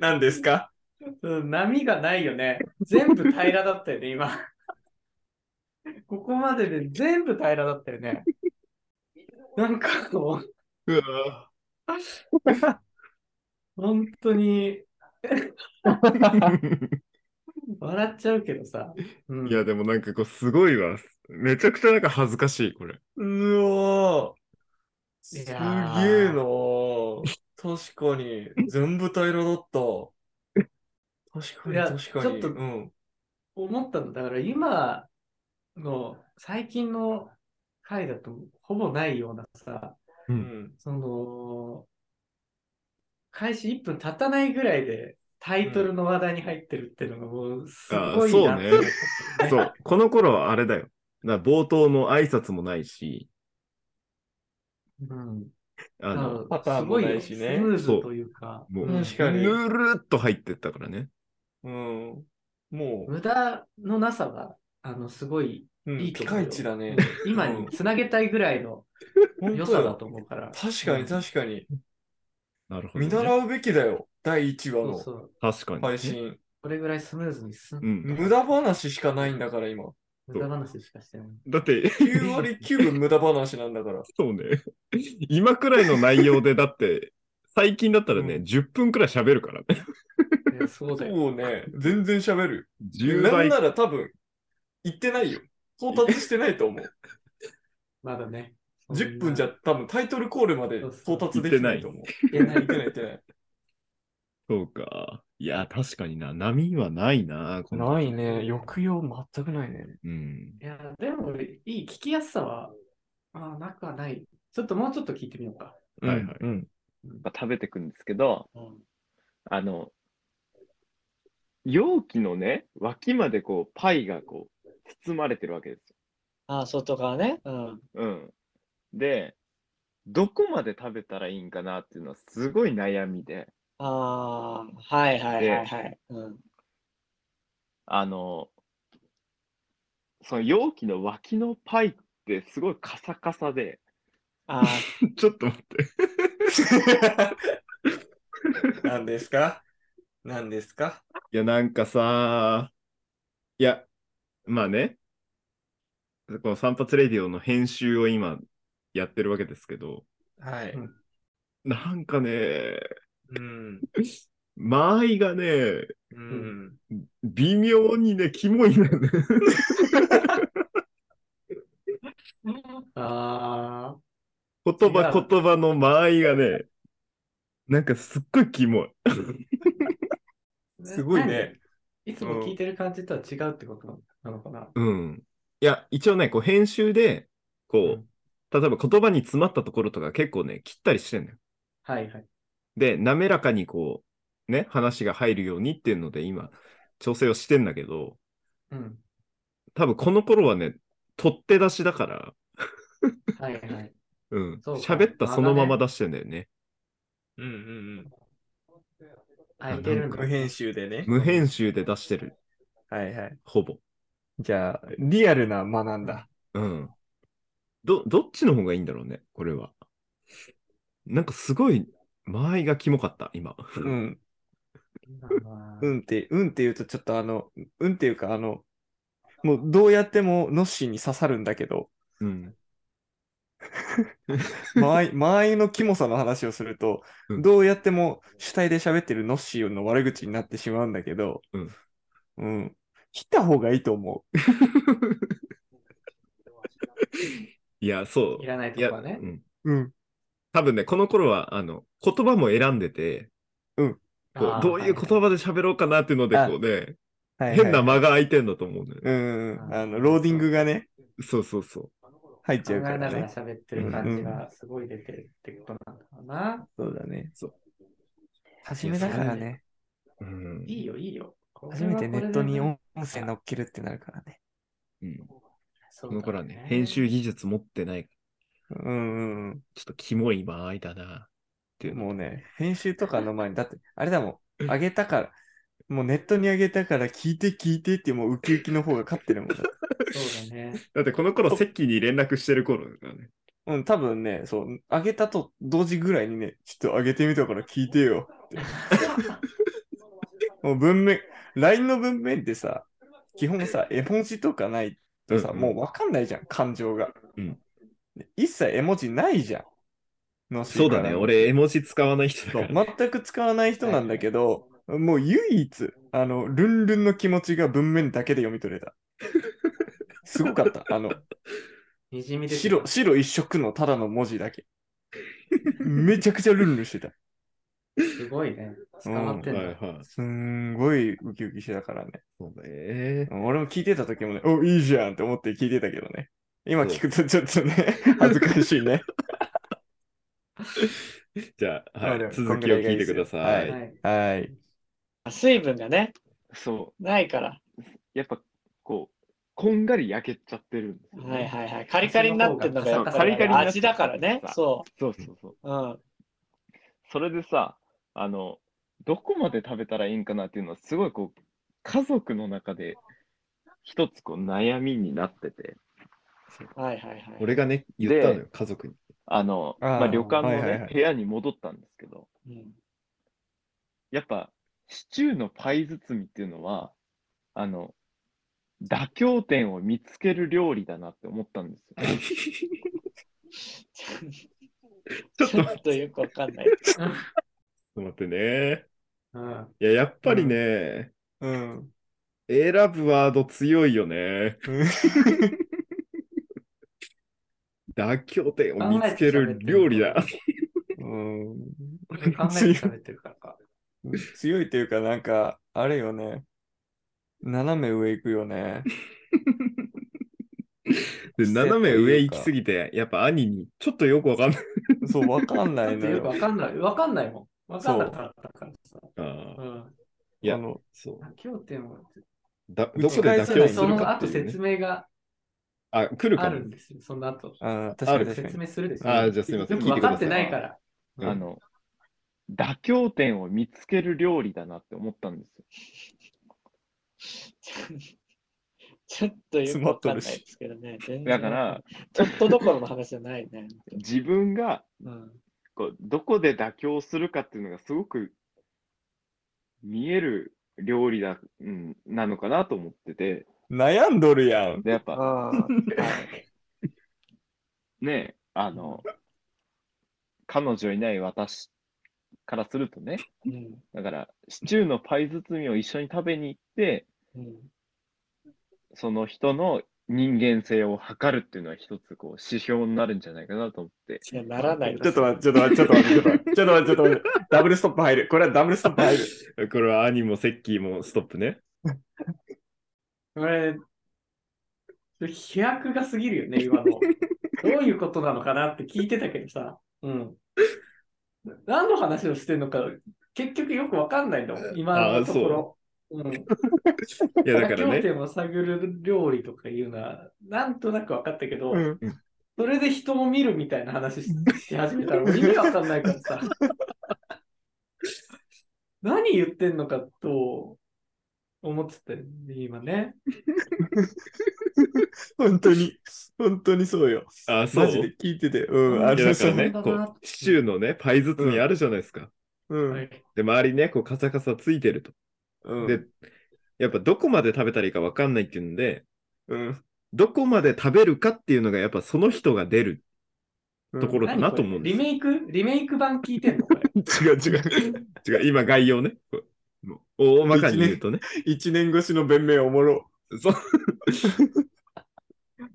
[SPEAKER 2] 何ですか
[SPEAKER 3] うん波がないよね。全部平らだったよね、今。ここまでで全部平らだったよね。なんかこう、
[SPEAKER 1] う わ
[SPEAKER 3] 本当に笑っちゃうけどさ。うん、
[SPEAKER 1] いや、でもなんかこう、すごいわ。めちゃくちゃなんか恥ずかしい、これ。
[SPEAKER 2] うおーす
[SPEAKER 3] い
[SPEAKER 2] げえ
[SPEAKER 3] や
[SPEAKER 2] な
[SPEAKER 3] ー
[SPEAKER 2] ー確かに。全部平らだった。確かに、
[SPEAKER 3] いや
[SPEAKER 2] 確かに。
[SPEAKER 3] ちょっと
[SPEAKER 2] うん。
[SPEAKER 3] 思ったの、だから今の最近の回だとほぼないようなさ、
[SPEAKER 1] う。
[SPEAKER 2] うんん。
[SPEAKER 3] その、開始1分経たないぐらいでタイトルの話題に入ってるっていうのがもうすごいなって思った
[SPEAKER 1] そ。う、この頃はあれだよ。な冒頭の挨拶もないし、
[SPEAKER 3] うん
[SPEAKER 1] あの、
[SPEAKER 2] パターンもないしね
[SPEAKER 3] すごよスムーズというか、
[SPEAKER 1] もう、
[SPEAKER 2] うん
[SPEAKER 1] ぬ
[SPEAKER 2] 確かに
[SPEAKER 1] るっと入ってったからね。
[SPEAKER 2] うん。も
[SPEAKER 3] 無駄のなさが、あの、すごい、
[SPEAKER 2] う、うん
[SPEAKER 3] いいと
[SPEAKER 2] ピ
[SPEAKER 3] 思う
[SPEAKER 2] カ
[SPEAKER 3] よ
[SPEAKER 2] イチだね。
[SPEAKER 3] 今につなげたいぐらいの
[SPEAKER 2] 本
[SPEAKER 3] 良
[SPEAKER 2] 当
[SPEAKER 3] さ
[SPEAKER 2] だ
[SPEAKER 3] だと思うから。
[SPEAKER 2] 確かに、確かに。
[SPEAKER 1] なるほど、
[SPEAKER 2] 見
[SPEAKER 1] ね。
[SPEAKER 2] 習うべきだよ。第1
[SPEAKER 3] そう
[SPEAKER 2] 話
[SPEAKER 3] そ
[SPEAKER 2] の
[SPEAKER 3] う。
[SPEAKER 1] 確かに、
[SPEAKER 2] 配信。
[SPEAKER 3] これぐらいスムーズに進
[SPEAKER 1] う
[SPEAKER 3] む。
[SPEAKER 1] ん。
[SPEAKER 2] 無駄話しかないんだから、今。
[SPEAKER 3] 無駄話しかしてない。
[SPEAKER 1] だって、
[SPEAKER 2] 9割9分無駄話なんだから。
[SPEAKER 1] そうね。今くらいの内容で、だって、最近だったらね、
[SPEAKER 2] うん
[SPEAKER 1] 10分くらい喋るからね。
[SPEAKER 3] いやそう だよ。
[SPEAKER 2] そうね。全然喋る。
[SPEAKER 1] 10
[SPEAKER 2] な
[SPEAKER 1] 倍
[SPEAKER 2] んなら多分、行ってないよ。到達してないと思う。
[SPEAKER 3] まだね。
[SPEAKER 2] 10分じゃ多分タイトルコールまで到達できないと思う。
[SPEAKER 3] いけな
[SPEAKER 2] 行っ
[SPEAKER 3] い
[SPEAKER 2] て。ない行ってない。
[SPEAKER 1] そうか。いや、確かにな。波はないな。この
[SPEAKER 2] いね。抑揚全くない ね。
[SPEAKER 1] うん。
[SPEAKER 3] いや、でも、いい聞きやすさは、まあ、なくはない。ちょっともうちょっと聞いてみようか。
[SPEAKER 1] はいはい
[SPEAKER 2] うん。
[SPEAKER 5] まあ食べてくんですけど、
[SPEAKER 3] うん
[SPEAKER 5] あの、容器のね、脇までこう、パイがこう、包まれてるわけです
[SPEAKER 4] ああ、外側ね。うん。
[SPEAKER 5] よ。うん。で、どこまで食べたらいいんかなっていうのはすごい悩みで、
[SPEAKER 4] ああ、はいはいはいはい。うん。
[SPEAKER 5] あの、その容器の脇のパイってすごいカサカサで、
[SPEAKER 4] ああ、
[SPEAKER 1] ちょっと待って。
[SPEAKER 2] 何ですか何ですか
[SPEAKER 1] いや、なんかさ、いや、まあね、この散髪レディオの編集を今やってるわけですけど、
[SPEAKER 2] はい。
[SPEAKER 1] なんかね、
[SPEAKER 2] うん。
[SPEAKER 1] 間合いがね、
[SPEAKER 2] うん。
[SPEAKER 1] 微妙にね、キモいのよね。
[SPEAKER 3] あ
[SPEAKER 1] 言
[SPEAKER 3] 違
[SPEAKER 1] 葉
[SPEAKER 3] う
[SPEAKER 1] 言葉の間合いがね、なんかすっごいキモい。
[SPEAKER 3] ー。
[SPEAKER 2] すごいね。
[SPEAKER 3] 何。いつも聞いてる感じとは違うってことなのかな。
[SPEAKER 1] うん。いや、一応ね、こう編集で、こう、例えば言葉に詰まったところとか結構ね、切ったりしてんのよ。
[SPEAKER 3] はいはい。
[SPEAKER 1] で、滑らかにこう、ね、話が入るようにっていうので、今、調整をしてんだけど、
[SPEAKER 3] うん。
[SPEAKER 1] 多分この頃はね、取って出しだから、
[SPEAKER 3] はいはい。
[SPEAKER 1] うん。
[SPEAKER 3] そうか
[SPEAKER 1] 喋ったそのま
[SPEAKER 3] ま
[SPEAKER 1] ま
[SPEAKER 3] だね
[SPEAKER 1] 出してんだよね。
[SPEAKER 2] うんうん
[SPEAKER 3] あ、いけ
[SPEAKER 2] う
[SPEAKER 3] る
[SPEAKER 2] ん。
[SPEAKER 3] んだ
[SPEAKER 2] 無。編集でね。
[SPEAKER 1] 無編集で出してる、
[SPEAKER 2] はいはい。
[SPEAKER 1] ほぼ。
[SPEAKER 2] じゃあ、リアルな学んだ。
[SPEAKER 1] うん。ど、どっちの方がいいんだろうね、これは。なんかすごい、間合いがキモかった、今。
[SPEAKER 2] うん。
[SPEAKER 3] 今は
[SPEAKER 2] うんって、うんって言うとちょっとあの、うんっていうかあの、もうどうやってもノッシーに刺さるんだけ ど、
[SPEAKER 1] うん。
[SPEAKER 2] 間合い間合いのキモさの話をすると、
[SPEAKER 1] うん
[SPEAKER 2] どうやっても主体で喋ってるノッシーの悪口になってしまうんだけど、
[SPEAKER 1] うん。
[SPEAKER 2] うん。切った方がいいと思
[SPEAKER 1] いや、そう
[SPEAKER 3] い。らない
[SPEAKER 1] い
[SPEAKER 3] と
[SPEAKER 1] や、
[SPEAKER 3] こはね
[SPEAKER 1] う。ん。
[SPEAKER 2] うん。
[SPEAKER 1] 多分ね、この頃は、あの、言葉も選んでて、こう
[SPEAKER 3] あー
[SPEAKER 1] どういう言葉で喋ろうかなっていうので、
[SPEAKER 2] あ
[SPEAKER 1] こうね、
[SPEAKER 2] はいはい
[SPEAKER 1] 変な間が空いてんだと思うのよね。
[SPEAKER 2] うんうん。あの、ローディングがね、
[SPEAKER 1] そうそうそう。
[SPEAKER 2] 入っちゃう
[SPEAKER 3] 考
[SPEAKER 2] か
[SPEAKER 3] えな
[SPEAKER 2] ら
[SPEAKER 3] がら
[SPEAKER 2] ね。
[SPEAKER 3] 喋ってる感じがすごい出てるってことなんだろうな。
[SPEAKER 2] そうだね。
[SPEAKER 1] そう。
[SPEAKER 6] 初めだからね。
[SPEAKER 1] うん
[SPEAKER 3] いいよ、いいよ。これは
[SPEAKER 6] 初めてネットに
[SPEAKER 3] これで
[SPEAKER 6] 音声乗っけるってなるからね。
[SPEAKER 1] うん、
[SPEAKER 3] そ
[SPEAKER 1] この頃はね、
[SPEAKER 3] うだ
[SPEAKER 1] 編集技術持ってない、
[SPEAKER 2] うんうんうん。
[SPEAKER 1] ちょっとキモい間合いだな、っていうの。
[SPEAKER 2] もうね、編集とかの前 に、だって、あれだもん、あげたから、もうネットにあげたから聞いて聞いてって、もうウキウキの方が勝ってるもんだって。
[SPEAKER 3] そうだね。
[SPEAKER 1] だってこの頃、セッキーに連絡してる頃だからね。
[SPEAKER 2] うん、多分ね、そう、あげたと同時ぐらいにね、ちょっとあげてみたから聞いてよ って。もう文面、LINE の文面ってさ、基本さ、絵文字とかないとさ、
[SPEAKER 1] うんうん
[SPEAKER 2] もうわかんないじゃん、感情が。
[SPEAKER 1] うん
[SPEAKER 2] で一切絵文字ないじゃん。のし
[SPEAKER 1] そうだね、俺、絵文字使わない人だ
[SPEAKER 2] そ
[SPEAKER 1] か
[SPEAKER 2] う
[SPEAKER 1] ら。
[SPEAKER 2] 全く使わない人なんだけど、もう唯一、あの、ルンルンの気持ちが文面だけで読み取れた。すごかった。あの、
[SPEAKER 3] にじみで
[SPEAKER 2] 白、白一色のただの文字だけ。めちゃくちゃルンルンしてた。
[SPEAKER 3] すごいね。捕まってんだ。
[SPEAKER 1] はいはい。
[SPEAKER 2] すんごいウキウキしてたからね。
[SPEAKER 1] そうだね。
[SPEAKER 2] 俺も聞いてた時もね、お、いいじゃんって思って聞いてたけどね。今聞くとちょっとね、恥ずかしい ね。
[SPEAKER 1] じゃあ、はい
[SPEAKER 2] まあでも
[SPEAKER 1] 続きを聞いてくださ
[SPEAKER 2] こんぐらがい
[SPEAKER 1] い。
[SPEAKER 3] は
[SPEAKER 2] いですよ
[SPEAKER 3] い。
[SPEAKER 2] はい。
[SPEAKER 4] 水分がね、
[SPEAKER 5] そ
[SPEAKER 4] ないから。
[SPEAKER 5] う。やっぱ、こう、こんがり焼けちゃってるんですよね
[SPEAKER 4] はいはいはい。カリカリになってんのがやっぱ
[SPEAKER 5] カリカリになって
[SPEAKER 4] 味だからね。そ
[SPEAKER 5] そうそうそう。
[SPEAKER 4] う。うん。
[SPEAKER 5] それでさ、あの、どこまで食べたらいいんかなっていうのは、すごいこう、家族の中で、一つこう悩みになってて、
[SPEAKER 4] はいはいはい。
[SPEAKER 1] 俺がね、言ったのよ、家族に。
[SPEAKER 5] あの、
[SPEAKER 2] あー
[SPEAKER 5] まあ、旅館のね、
[SPEAKER 2] はいはいはい
[SPEAKER 5] 部屋に戻ったんですけど、
[SPEAKER 4] うん
[SPEAKER 5] やっぱ、シチューのパイ包みっていうのは、あの、妥協点を見つける料理だなって思ったんですよ。
[SPEAKER 1] ちょっ
[SPEAKER 4] ち
[SPEAKER 1] と
[SPEAKER 4] ょ
[SPEAKER 1] 待
[SPEAKER 4] っとよくわかんない。
[SPEAKER 1] ってね。
[SPEAKER 3] うん。
[SPEAKER 1] いや、やっぱりね、
[SPEAKER 2] うん。
[SPEAKER 1] 選ぶワード強いよね。妥協点を見つける料理だ。
[SPEAKER 2] うん。
[SPEAKER 3] 俺考えて喋ってるからか。
[SPEAKER 2] 強いというか、なんか、あれよね。斜め上行くよね。
[SPEAKER 1] で
[SPEAKER 2] 癖
[SPEAKER 1] 斜め上行
[SPEAKER 2] と
[SPEAKER 1] き
[SPEAKER 2] いうか
[SPEAKER 1] すぎて、やっぱ兄に、ちょっとよくわかんない。
[SPEAKER 2] そう、わかんな
[SPEAKER 3] だ
[SPEAKER 2] い
[SPEAKER 3] っ
[SPEAKER 2] の
[SPEAKER 3] てよく
[SPEAKER 2] よ
[SPEAKER 3] わ。かんない。わかんないもん。わかんなかったからさ。
[SPEAKER 1] あ
[SPEAKER 3] う
[SPEAKER 1] あ
[SPEAKER 3] ん。
[SPEAKER 1] いや
[SPEAKER 2] あの、
[SPEAKER 1] そう
[SPEAKER 3] 妥協点を。
[SPEAKER 1] だど
[SPEAKER 2] 打
[SPEAKER 1] こ
[SPEAKER 2] ち
[SPEAKER 1] で
[SPEAKER 2] 返
[SPEAKER 1] 妥
[SPEAKER 2] せ
[SPEAKER 1] 協
[SPEAKER 2] ない
[SPEAKER 1] す
[SPEAKER 3] そ
[SPEAKER 1] る
[SPEAKER 3] の
[SPEAKER 1] かって
[SPEAKER 3] 後
[SPEAKER 1] いう、ね
[SPEAKER 3] 説。明が
[SPEAKER 1] あ、来る
[SPEAKER 3] あ
[SPEAKER 1] か
[SPEAKER 3] る
[SPEAKER 1] も
[SPEAKER 3] ん。ですよ。その後。
[SPEAKER 2] あー確かに確か
[SPEAKER 3] 説
[SPEAKER 2] に。
[SPEAKER 3] 明するでしょ。
[SPEAKER 1] あーじゃあすいません
[SPEAKER 3] よく分かってないか
[SPEAKER 1] 聞
[SPEAKER 3] ら。
[SPEAKER 1] うん
[SPEAKER 5] あの、妥協点を見つける料理だなって思ったんですよ。
[SPEAKER 4] ちょっとよくわかんないですけどね。全然
[SPEAKER 5] だから、、
[SPEAKER 4] ちょっとどころの話じゃないね。
[SPEAKER 5] 自分が
[SPEAKER 4] うん。
[SPEAKER 5] こうどこで妥協するかっていうのがすごく見える料理だ、うん、なのかなと思ってて、
[SPEAKER 2] 悩んどるやん。
[SPEAKER 5] でやっ
[SPEAKER 4] あ
[SPEAKER 5] ぱ
[SPEAKER 4] あ。はい
[SPEAKER 5] ね、あの、彼女いない私からするとね、
[SPEAKER 4] うん。
[SPEAKER 5] だからシチューのパイ包みを一緒に食べに行って、
[SPEAKER 4] うん。
[SPEAKER 5] その人の人間性を測るっていうのは一つこう指標になるんじゃないかなと思って。
[SPEAKER 4] いや、ならないです
[SPEAKER 2] ちょっと待って、ちょっと待って、ちょっと待 って、ちょっと待って、ちょっと待って。ダブルストップ入る。これはダブルストップ入る。
[SPEAKER 1] これは兄もセッキーもストップね。
[SPEAKER 3] 俺、飛躍が過ぎるよね、今の。どういうことなのかなって聞いてたけどさ。うん。何の話をしてんのか、結局よくわかんないの、今のところ。う
[SPEAKER 1] い
[SPEAKER 3] ん。
[SPEAKER 1] や、だから
[SPEAKER 3] 妥協
[SPEAKER 1] ね。
[SPEAKER 3] 点を探る料理とかいうのは、なんとなく分かったけど、
[SPEAKER 2] うん
[SPEAKER 3] それで人も見るみたいな話しし始めたら、もう意味わかんないからさ。何言ってんのかと思ってたよね、今ね。
[SPEAKER 2] 本当に、本当にそうよ。
[SPEAKER 1] あ、そ
[SPEAKER 2] マ
[SPEAKER 1] う。
[SPEAKER 2] ジで
[SPEAKER 1] い
[SPEAKER 2] 聞いてて。うん、あ
[SPEAKER 1] や、
[SPEAKER 2] れ
[SPEAKER 1] だ
[SPEAKER 2] さ
[SPEAKER 1] か、らね、こ
[SPEAKER 3] そう
[SPEAKER 1] う、シチューのね、パイ包みあるじゃないですか。
[SPEAKER 2] うん、
[SPEAKER 3] はい
[SPEAKER 1] で、周りね、こう、カサカサついてると。
[SPEAKER 2] うん、
[SPEAKER 1] で、やっぱどこまで食べたらいいかわかんないっていうんで、
[SPEAKER 2] うん、
[SPEAKER 1] どこまで食べるかっていうのが、やっぱその人が出る
[SPEAKER 2] うん
[SPEAKER 1] ところだなと思うんで
[SPEAKER 3] リ
[SPEAKER 1] すよ。
[SPEAKER 3] メイクリメイク版聞いてんのこれ。
[SPEAKER 2] 違う違う。
[SPEAKER 1] 違う、今、概要ね。こうもう大まかに言うとね。
[SPEAKER 2] 一年越しの弁明おもろ。
[SPEAKER 1] そう。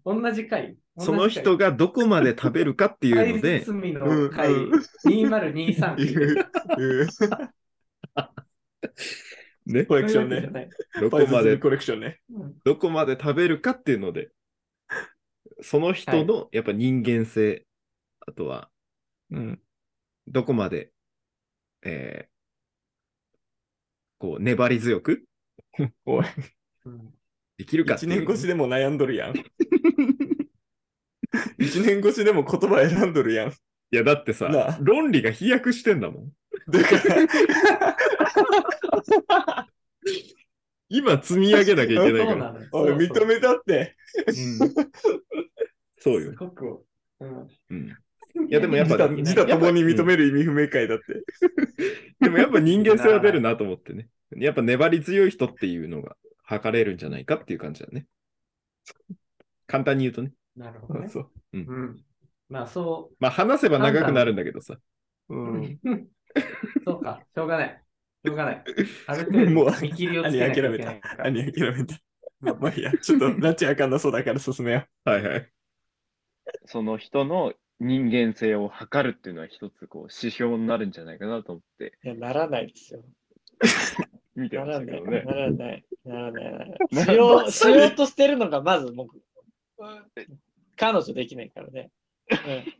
[SPEAKER 3] 同じ回。
[SPEAKER 1] その人がどこまで食べるかっていうの
[SPEAKER 3] 対
[SPEAKER 1] で
[SPEAKER 3] 立、罪
[SPEAKER 2] う
[SPEAKER 3] の
[SPEAKER 2] ん
[SPEAKER 3] 会
[SPEAKER 2] うん
[SPEAKER 3] 2023っていう
[SPEAKER 2] うん
[SPEAKER 1] ね、
[SPEAKER 2] コレクシ
[SPEAKER 3] そうい
[SPEAKER 2] ョ
[SPEAKER 3] う
[SPEAKER 2] ン
[SPEAKER 3] わけじ
[SPEAKER 2] ね
[SPEAKER 3] ゃ。ない
[SPEAKER 1] ど
[SPEAKER 2] パイ
[SPEAKER 1] こ
[SPEAKER 2] ズ
[SPEAKER 1] ま
[SPEAKER 2] ミ
[SPEAKER 1] で
[SPEAKER 2] コレクションね。
[SPEAKER 3] うん
[SPEAKER 1] どこまで食べるかっていうので、その人のやっぱ人間性、あとは
[SPEAKER 6] うん。
[SPEAKER 1] どこまで、えーこう粘り強く
[SPEAKER 2] おい、
[SPEAKER 1] できるかって
[SPEAKER 2] 1
[SPEAKER 1] いう
[SPEAKER 2] 年越しでも悩んどるやん。1年越しでも言葉選んどるやん。
[SPEAKER 1] いや、だってさ
[SPEAKER 2] なあ、
[SPEAKER 1] 論理が飛躍してんだもん。
[SPEAKER 2] だから、
[SPEAKER 1] 今積み上げなきゃいけない
[SPEAKER 3] そ
[SPEAKER 1] か
[SPEAKER 3] う
[SPEAKER 1] ら。
[SPEAKER 3] なのよ。
[SPEAKER 2] おい、
[SPEAKER 3] そうそう
[SPEAKER 2] 認めたって。
[SPEAKER 1] そうよ
[SPEAKER 3] す。ごくうん
[SPEAKER 1] うんいやでもやっぱ
[SPEAKER 2] 自他自他ともに認める意味不明解だって。
[SPEAKER 1] でもやっぱ人間性は出るなと思ってね。やっぱ粘り強い人っていうのが測れるんじゃないかっていう感じだね。簡単に言うとね。
[SPEAKER 3] なるほどね。
[SPEAKER 2] そう。
[SPEAKER 3] うん。まあそ
[SPEAKER 1] まあ話せば長くなるんだけどさ。
[SPEAKER 2] うん。
[SPEAKER 3] う、 そうか、しょうがない。しょうがない。ある程
[SPEAKER 2] もう
[SPEAKER 3] 度見切りをつ
[SPEAKER 2] 兄
[SPEAKER 3] けなき
[SPEAKER 2] 諦
[SPEAKER 3] ゃい
[SPEAKER 2] め
[SPEAKER 3] けな
[SPEAKER 2] た
[SPEAKER 3] いか。ら。
[SPEAKER 2] 兄諦めた。まあいいや、ちょっとラチあかんなそうだから進めよ
[SPEAKER 1] はいはい。
[SPEAKER 5] その人の人間性を測るっていうのは一つこう指標になるんじゃないかなと思って
[SPEAKER 4] いや、ならないですよ。
[SPEAKER 5] 見て
[SPEAKER 4] な
[SPEAKER 5] ま
[SPEAKER 4] ら
[SPEAKER 5] した
[SPEAKER 4] な
[SPEAKER 5] け
[SPEAKER 4] い。
[SPEAKER 5] どね
[SPEAKER 4] な。らない。ならない
[SPEAKER 5] な
[SPEAKER 4] ならない。
[SPEAKER 5] ら
[SPEAKER 4] しよう、しようとしてるのが、まず僕、彼女できないからね。うん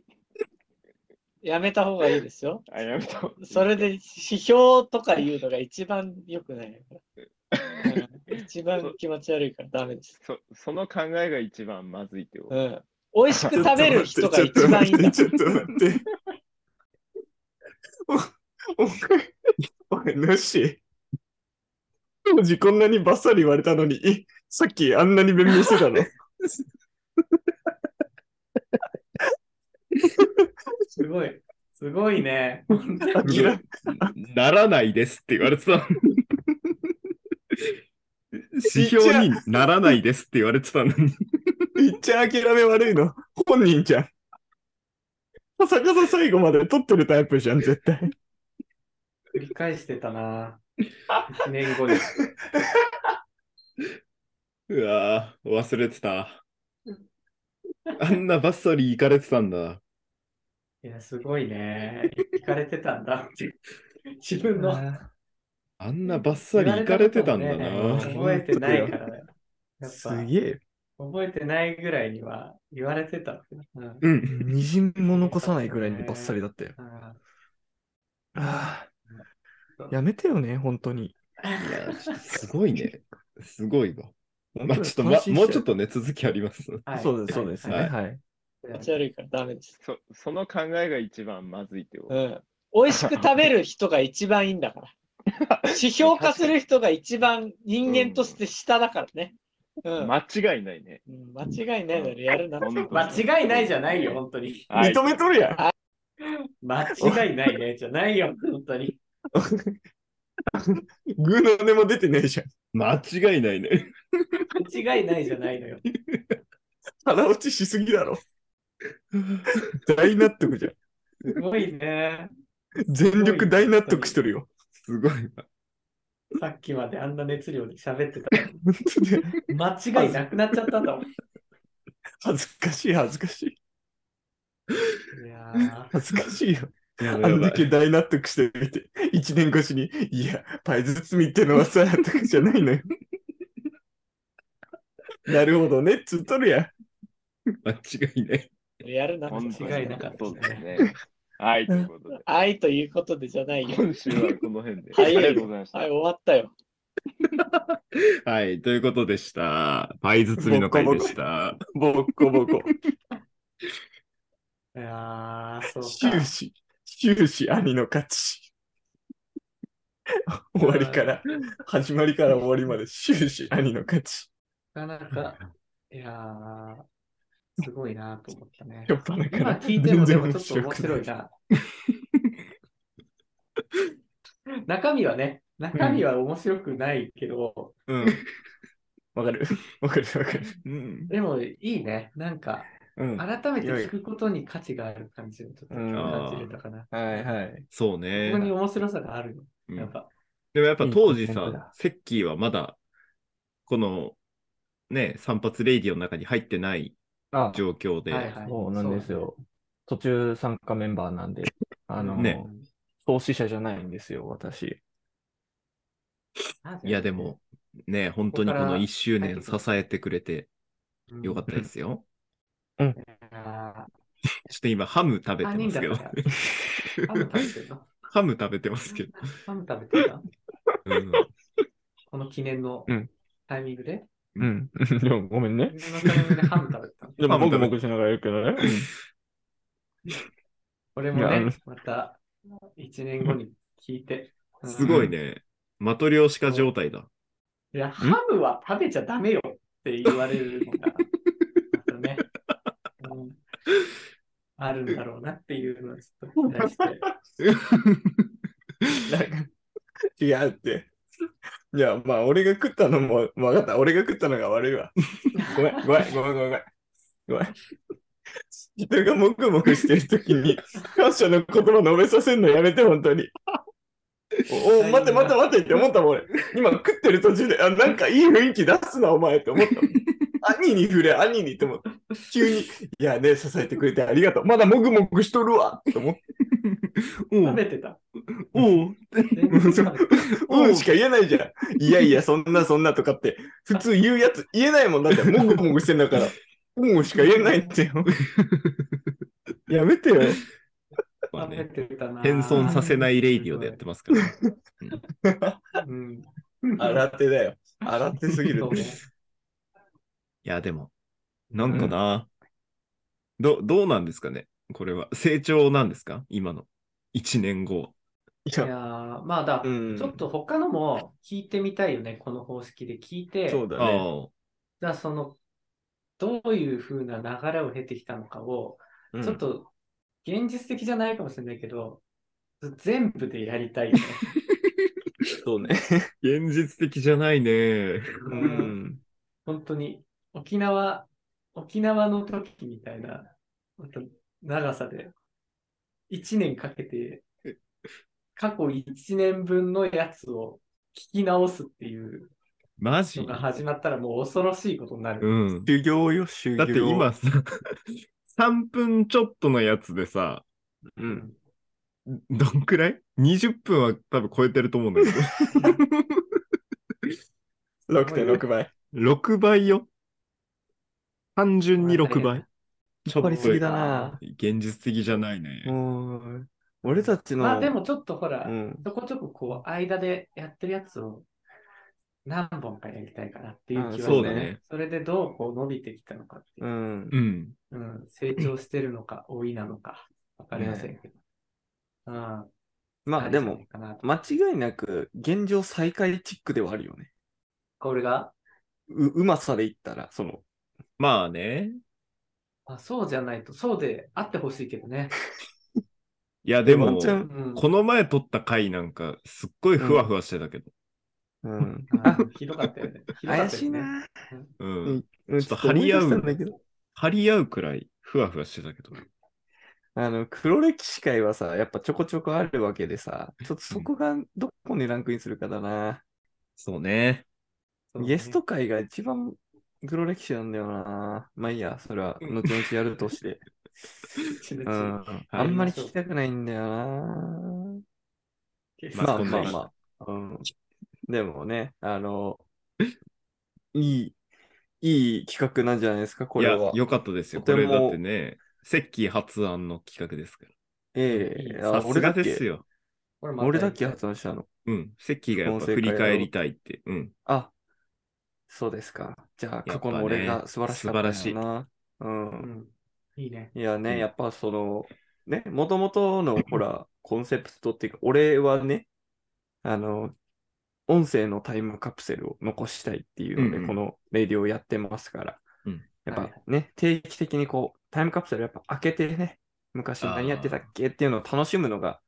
[SPEAKER 4] やめた方がいいですよ。
[SPEAKER 5] あやめた方がいい
[SPEAKER 4] それで指標とか言うのが一番良くないから、うん一番気持ち悪いからダメです。
[SPEAKER 5] そその考えが一番まずいってこと。
[SPEAKER 4] うん。美味し
[SPEAKER 2] う。
[SPEAKER 4] く食べる人が一番いいんだ。
[SPEAKER 2] ちょっと待って、ちょっと待って。おお前、おい、主。当時こんなにバッサリ言われたのに、えさっきあんなに弁明してたの。
[SPEAKER 3] すごい。すごいね。
[SPEAKER 2] 諦め
[SPEAKER 1] ならないですって言われてた。 指標にならないですって言われてたのに。
[SPEAKER 2] いっちゃん諦め悪いの。本人じゃん。カサカサ最後まで取ってるタイプじゃん、絶対。
[SPEAKER 3] 繰り返してたな。1年後に。
[SPEAKER 1] うわぁ、忘れてた。あんなバッサリ行かれてたんだ。
[SPEAKER 3] いや、すごいね。行かれてたんだ って。自分の
[SPEAKER 6] あ
[SPEAKER 1] あんなバッサリ行かれてたんだ
[SPEAKER 3] 言われたこと
[SPEAKER 1] な。
[SPEAKER 3] もね覚えてないからね。やっ
[SPEAKER 2] す
[SPEAKER 3] ぱ、
[SPEAKER 2] げえ。
[SPEAKER 3] 覚えてないぐらいには言われてた。うん
[SPEAKER 1] うん。
[SPEAKER 6] みじんも残さないぐらいにバッサリだったよ。
[SPEAKER 3] あ
[SPEAKER 6] ああ。やめてよね、本当に。
[SPEAKER 1] いやちょっとすごいね。すごいわ。
[SPEAKER 6] 本
[SPEAKER 1] ま
[SPEAKER 6] 当
[SPEAKER 1] あ
[SPEAKER 6] に
[SPEAKER 1] ちょっと、ま
[SPEAKER 6] 感、心
[SPEAKER 1] もう
[SPEAKER 6] し
[SPEAKER 1] ちょっ
[SPEAKER 6] ちゃ
[SPEAKER 1] とね、続きあります。
[SPEAKER 3] ーはい
[SPEAKER 6] そうです、そうですね。
[SPEAKER 1] はい
[SPEAKER 6] はい。
[SPEAKER 4] 気持ち悪いからダメです。
[SPEAKER 5] そその考えが一番まずいってこ
[SPEAKER 4] う
[SPEAKER 5] と。
[SPEAKER 4] ん。美味しく食べる人が一番いいんだから。指標化する人が一番人間として下だからね。うん。
[SPEAKER 5] 間違いないね。
[SPEAKER 4] うん間違いないのにやるなって。
[SPEAKER 3] 間違いないじゃないよ、本当に。
[SPEAKER 5] はい
[SPEAKER 2] 認めとるやん。
[SPEAKER 3] 間違いないね、じゃないよ、本当に。
[SPEAKER 2] グーの音も出てねえじゃん。
[SPEAKER 1] 間違いないね。
[SPEAKER 3] 間違いないじゃないのよ。
[SPEAKER 2] 腹落ちしすぎ だろ。大納得じゃん。
[SPEAKER 3] すごいね。
[SPEAKER 2] 全力大納得しとるよ。
[SPEAKER 1] すごいわ。
[SPEAKER 3] さっきまであんな熱量で喋ってた
[SPEAKER 2] 本当に
[SPEAKER 3] のに。間違いなくなっちゃったんだもん。い
[SPEAKER 2] 恥ずかしい、恥ずかしい。
[SPEAKER 3] やー
[SPEAKER 2] 恥ずかしいよ。
[SPEAKER 1] や
[SPEAKER 2] あ
[SPEAKER 1] ばい
[SPEAKER 2] んだけ大納得してみて、1年越しに、いや、パイ包みってのはさ、とかじゃないのよ。なるほどね、つっとるやん。
[SPEAKER 1] 間違いない。
[SPEAKER 4] やるなって。
[SPEAKER 5] 本当に
[SPEAKER 3] 間違いなかった
[SPEAKER 5] そうですね。はい、ということで、
[SPEAKER 4] 愛ということでじゃないよ。
[SPEAKER 5] 今週はこの辺で。
[SPEAKER 4] はい
[SPEAKER 5] ありがとうございました
[SPEAKER 4] はい、。終わったよ。
[SPEAKER 1] はい、ということでした。パイ包みの回でした。
[SPEAKER 2] ボッコボコ。
[SPEAKER 3] いやー、そうか
[SPEAKER 2] 終。始、終始兄の勝ち。終わりから、始まりから終わりまで終始兄の勝ち。
[SPEAKER 3] なかなか、いやー、すごいなと思っ たね。
[SPEAKER 2] 酔っ払いか
[SPEAKER 3] 今
[SPEAKER 2] ら。
[SPEAKER 3] 聞いてもでもちょっと
[SPEAKER 2] 全然
[SPEAKER 3] 面白いな。 中身はね、中身は面白くないけど、
[SPEAKER 2] うん。わかる。わかるわかる。うん。
[SPEAKER 3] でもいいね。なんか、
[SPEAKER 2] うん。は
[SPEAKER 3] 改めて聞くことに価値がある感じをちょっと感じれたかな。
[SPEAKER 2] いはい。
[SPEAKER 1] そう
[SPEAKER 3] こ
[SPEAKER 1] ね
[SPEAKER 3] こ。に面白さがあるの。
[SPEAKER 1] うん
[SPEAKER 3] やっぱ、
[SPEAKER 1] でもやっぱ当時
[SPEAKER 6] いいコメントだ
[SPEAKER 1] さ、セッキーはまだ、この、ね、散髪レイディオの中に入ってない
[SPEAKER 7] あ、
[SPEAKER 1] 状況で。
[SPEAKER 3] はいはい。
[SPEAKER 7] そうなんですよ。途中参加メンバー なんで、あの、
[SPEAKER 1] ね
[SPEAKER 7] 創始者じゃないんですよ、私。
[SPEAKER 1] いや、でも、ね、本当にこ
[SPEAKER 3] ここ
[SPEAKER 1] の
[SPEAKER 3] から
[SPEAKER 1] 1周年
[SPEAKER 3] 入って
[SPEAKER 1] 支
[SPEAKER 3] くる
[SPEAKER 1] えてくれてよかったですよ。
[SPEAKER 3] あ
[SPEAKER 1] ちょっと今、ハム食べ
[SPEAKER 3] ー。
[SPEAKER 1] て
[SPEAKER 3] 3
[SPEAKER 1] ま
[SPEAKER 3] 人
[SPEAKER 1] す
[SPEAKER 3] だ
[SPEAKER 1] け
[SPEAKER 3] っ
[SPEAKER 1] ど
[SPEAKER 3] た。から。ハム食べてる
[SPEAKER 1] ハ
[SPEAKER 3] の
[SPEAKER 1] ム食べてますけど。
[SPEAKER 3] ハム食べてるの
[SPEAKER 1] うん
[SPEAKER 3] この記念の
[SPEAKER 7] うん
[SPEAKER 3] タイミングで。
[SPEAKER 7] うん。 でもごめんね。
[SPEAKER 3] 記念のタイミングでハム食べてたの。
[SPEAKER 7] でも、
[SPEAKER 1] ハム
[SPEAKER 7] もぐ
[SPEAKER 1] 食べ
[SPEAKER 7] もぐしながら言うけどね。
[SPEAKER 3] 俺も
[SPEAKER 7] いやあの
[SPEAKER 3] ね、また1年後に聞いて。うん
[SPEAKER 1] すごいね。マトリョーシカ状態だ。
[SPEAKER 3] いや、ハムは食べちゃダメよって言われるのが、またね、 うんあるんだろうなっていうのをちょっと期待して。
[SPEAKER 2] 違うって。いや、まあ、俺が食ったのも、分かった。俺が食ったのが悪いわ。ごめん、ごめん、ごめん、ごめん。ごめん。人がもくもくしてるときに、感謝の言葉述べさせるのやめて、本当に。おお、待って、待って、待ってって思ったもん、俺。今食ってる途中で、あ、なんかいい雰囲気出すな、お前って思ったもん。兄に触れ、兄にって思った。急に、いやね、支えてくれてありがとう。まだもくもくしとるわって思っ
[SPEAKER 1] お
[SPEAKER 3] 食
[SPEAKER 1] う
[SPEAKER 3] べてた。
[SPEAKER 1] おう
[SPEAKER 3] 全然食べてた
[SPEAKER 2] た。うんしか言えないじゃん。いやいや、そんなそんなとかって、普通言うやつ言えないもんだって、もぐもぐしてんだから。うんしか言えないってよ。やめてよ。
[SPEAKER 1] まあね
[SPEAKER 3] 食べてたな。
[SPEAKER 1] 変損させないレイディオでやってますから。
[SPEAKER 3] うん。
[SPEAKER 2] 洗手だよ。洗手すぎる
[SPEAKER 3] そう。ね
[SPEAKER 1] いや、でも、なんかな、ど、どうなんですかねこれは。成長なんですか今の。1年後。
[SPEAKER 2] い
[SPEAKER 3] いや
[SPEAKER 2] や、
[SPEAKER 3] ーまあだ、
[SPEAKER 2] うん
[SPEAKER 3] ちょっと他のも聞いてみたいよね、この方式で聞いて、
[SPEAKER 2] そうだ
[SPEAKER 1] ああ
[SPEAKER 2] ね。
[SPEAKER 3] じゃあその、どういう風な流れを経てきたのかを、
[SPEAKER 2] うん
[SPEAKER 3] ちょっと現実的じゃないかもしれないけど、全部でやりたいよね。
[SPEAKER 2] そうね。
[SPEAKER 1] 現実的じゃないね。
[SPEAKER 2] う
[SPEAKER 3] うん
[SPEAKER 2] ん。
[SPEAKER 3] 本当に沖縄、沖縄の時みたいな、本当長さで、1年かけて、過去1年分のやつを聞き直すっていう
[SPEAKER 1] マ
[SPEAKER 3] の
[SPEAKER 1] ジ
[SPEAKER 3] が始まったらもう恐ろしいことにな
[SPEAKER 1] う
[SPEAKER 3] る。
[SPEAKER 1] ん。
[SPEAKER 2] 修行よ、修行。
[SPEAKER 1] だって今、さ、3分ちょっとのやつでさ、
[SPEAKER 2] うん。
[SPEAKER 1] どんくらい ?20 分は多分超えてると思うんだけど。
[SPEAKER 2] 6.6倍。
[SPEAKER 1] 6倍よ。単純に6倍。ちょ
[SPEAKER 7] 引っ張
[SPEAKER 1] っと
[SPEAKER 7] りすぎだな。
[SPEAKER 1] 現実的じゃないね。
[SPEAKER 2] うん。俺たちの。
[SPEAKER 3] まあでもちょっとほら、
[SPEAKER 2] うん。
[SPEAKER 3] ちょこちょここう間でやってるやつを何本かやりたいかなっていう気は
[SPEAKER 2] あそう
[SPEAKER 1] だね
[SPEAKER 3] それでどうこう伸びてきたのかっていうう、
[SPEAKER 2] ん。
[SPEAKER 1] うん。
[SPEAKER 3] うん成長してるのか老いなのか分かりませんけど。うん
[SPEAKER 2] まあでも、、間違いなく、現状再開チックではあるよね。
[SPEAKER 3] これが、
[SPEAKER 2] う、うまさで言ったら、その、
[SPEAKER 1] まあね。
[SPEAKER 3] まあ、そうじゃないと、そうであってほしいけどね。
[SPEAKER 1] いや、で
[SPEAKER 2] ワ
[SPEAKER 1] も
[SPEAKER 2] ン、チャン
[SPEAKER 3] うん、
[SPEAKER 1] この前撮った回なんか、すっごいふわふわしてたけど。
[SPEAKER 2] うん。
[SPEAKER 3] あひどかったよね。ひどかったよね
[SPEAKER 2] 怪しいな。
[SPEAKER 1] うん。
[SPEAKER 2] うん
[SPEAKER 1] ちょっと張り合う
[SPEAKER 2] ちょっと思い出したんだけど
[SPEAKER 1] 張り合うくらい、ふわふわしてたけど。
[SPEAKER 2] あの、黒歴史会はさ、やっぱちょこちょこあるわけでさ、ちょっとそこがどこにランクインするかだな。
[SPEAKER 1] そうね。
[SPEAKER 3] そうね
[SPEAKER 2] ゲスト会が一番黒歴史なんだよな。まあいいや、それは後々やるとして。う
[SPEAKER 3] うん
[SPEAKER 2] ん。あんまり聞きたくないんだよな。
[SPEAKER 3] ゲスト
[SPEAKER 2] まあ
[SPEAKER 1] そんな
[SPEAKER 2] まあ
[SPEAKER 1] に
[SPEAKER 2] まあ。うん。でもね、あの、いい、いい企画なんじゃないですか、こ
[SPEAKER 1] い
[SPEAKER 2] れ
[SPEAKER 1] や
[SPEAKER 2] は、。
[SPEAKER 1] 良かったですよ。
[SPEAKER 2] と
[SPEAKER 1] こ
[SPEAKER 2] て
[SPEAKER 1] れ
[SPEAKER 2] も
[SPEAKER 1] だってね、セッキー発案の企画ですか
[SPEAKER 2] ええ
[SPEAKER 1] ら。
[SPEAKER 2] あ
[SPEAKER 1] さす
[SPEAKER 2] 俺だ
[SPEAKER 1] が
[SPEAKER 2] っけ
[SPEAKER 1] ですよ。
[SPEAKER 3] これまた
[SPEAKER 2] 俺だっけ発案したの。
[SPEAKER 1] うん。セッキーがやっぱ振り返りたいって。うん。
[SPEAKER 2] あ、そうですか。じゃあ、
[SPEAKER 1] や
[SPEAKER 2] 過
[SPEAKER 1] っぱ
[SPEAKER 2] 去
[SPEAKER 1] ね
[SPEAKER 2] の俺が素晴らしかったんだよ
[SPEAKER 1] 素晴
[SPEAKER 2] な。う。
[SPEAKER 3] うんんいいね。
[SPEAKER 2] いや
[SPEAKER 1] うん
[SPEAKER 2] ね、やっぱその、ね、もともとの、ほら、コンセプトっていうか、俺はね、あの、音声のタイムカプセルを残したいっていうの
[SPEAKER 1] うんう
[SPEAKER 2] で、
[SPEAKER 1] ん
[SPEAKER 2] このレディオをやってますから
[SPEAKER 1] うん、
[SPEAKER 2] やっ
[SPEAKER 3] は
[SPEAKER 2] ぱ
[SPEAKER 3] いは
[SPEAKER 2] ね、定期的にこう、タイムカプセルやっぱ開けてね、昔
[SPEAKER 1] あー
[SPEAKER 2] 何やってたっけっていうのを楽しむのが、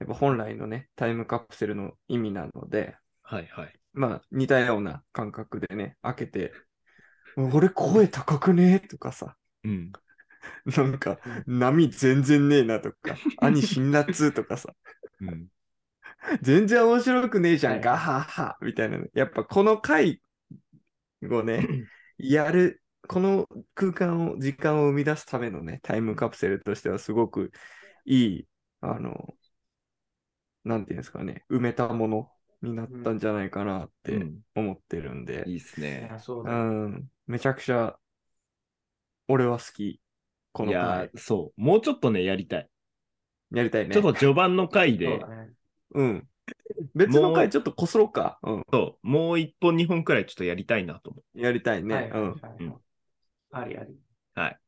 [SPEAKER 2] やっぱ本来のね、タイムカプセルの意味なので、
[SPEAKER 1] はいはい。
[SPEAKER 2] まあ、似たような感覚でね、開けて、俺声高くねとかさ、
[SPEAKER 1] うん。
[SPEAKER 2] なんか、波全然ねえなとか、兄辛辣とかさ、
[SPEAKER 1] うん。
[SPEAKER 2] 全然面白くねえじゃ
[SPEAKER 3] は
[SPEAKER 2] ん、
[SPEAKER 3] い
[SPEAKER 2] ガハハみたいなね。やっぱこの回をね、やるこの空間を、時間を生み出すためのね、タイムカプセルとしてはすごくいい、あの、なんていうんですかね、埋めたものになったんじゃないかなっ
[SPEAKER 1] う
[SPEAKER 2] て
[SPEAKER 1] ん
[SPEAKER 2] 思ってるんで
[SPEAKER 1] い、いっすね。
[SPEAKER 3] そう
[SPEAKER 2] う
[SPEAKER 3] だ。
[SPEAKER 2] ん、めちゃくちゃ、俺は好き。こ
[SPEAKER 1] い
[SPEAKER 2] の
[SPEAKER 1] や
[SPEAKER 2] 回。
[SPEAKER 1] ー、そう。もうちょっとね、やりたい。
[SPEAKER 2] やりたいね。
[SPEAKER 1] ちょっと序盤の回
[SPEAKER 3] そう
[SPEAKER 1] で、
[SPEAKER 3] だね。
[SPEAKER 2] うん。別の
[SPEAKER 1] もう
[SPEAKER 2] 回ちょっとこすろうか。うん。
[SPEAKER 1] そうもう一本、二本くらいちょっとやりたいなと思
[SPEAKER 2] やりたいね。
[SPEAKER 3] はいは
[SPEAKER 2] う
[SPEAKER 3] い
[SPEAKER 2] ん。
[SPEAKER 3] はい
[SPEAKER 1] うん
[SPEAKER 3] ありあり。
[SPEAKER 1] う。はい。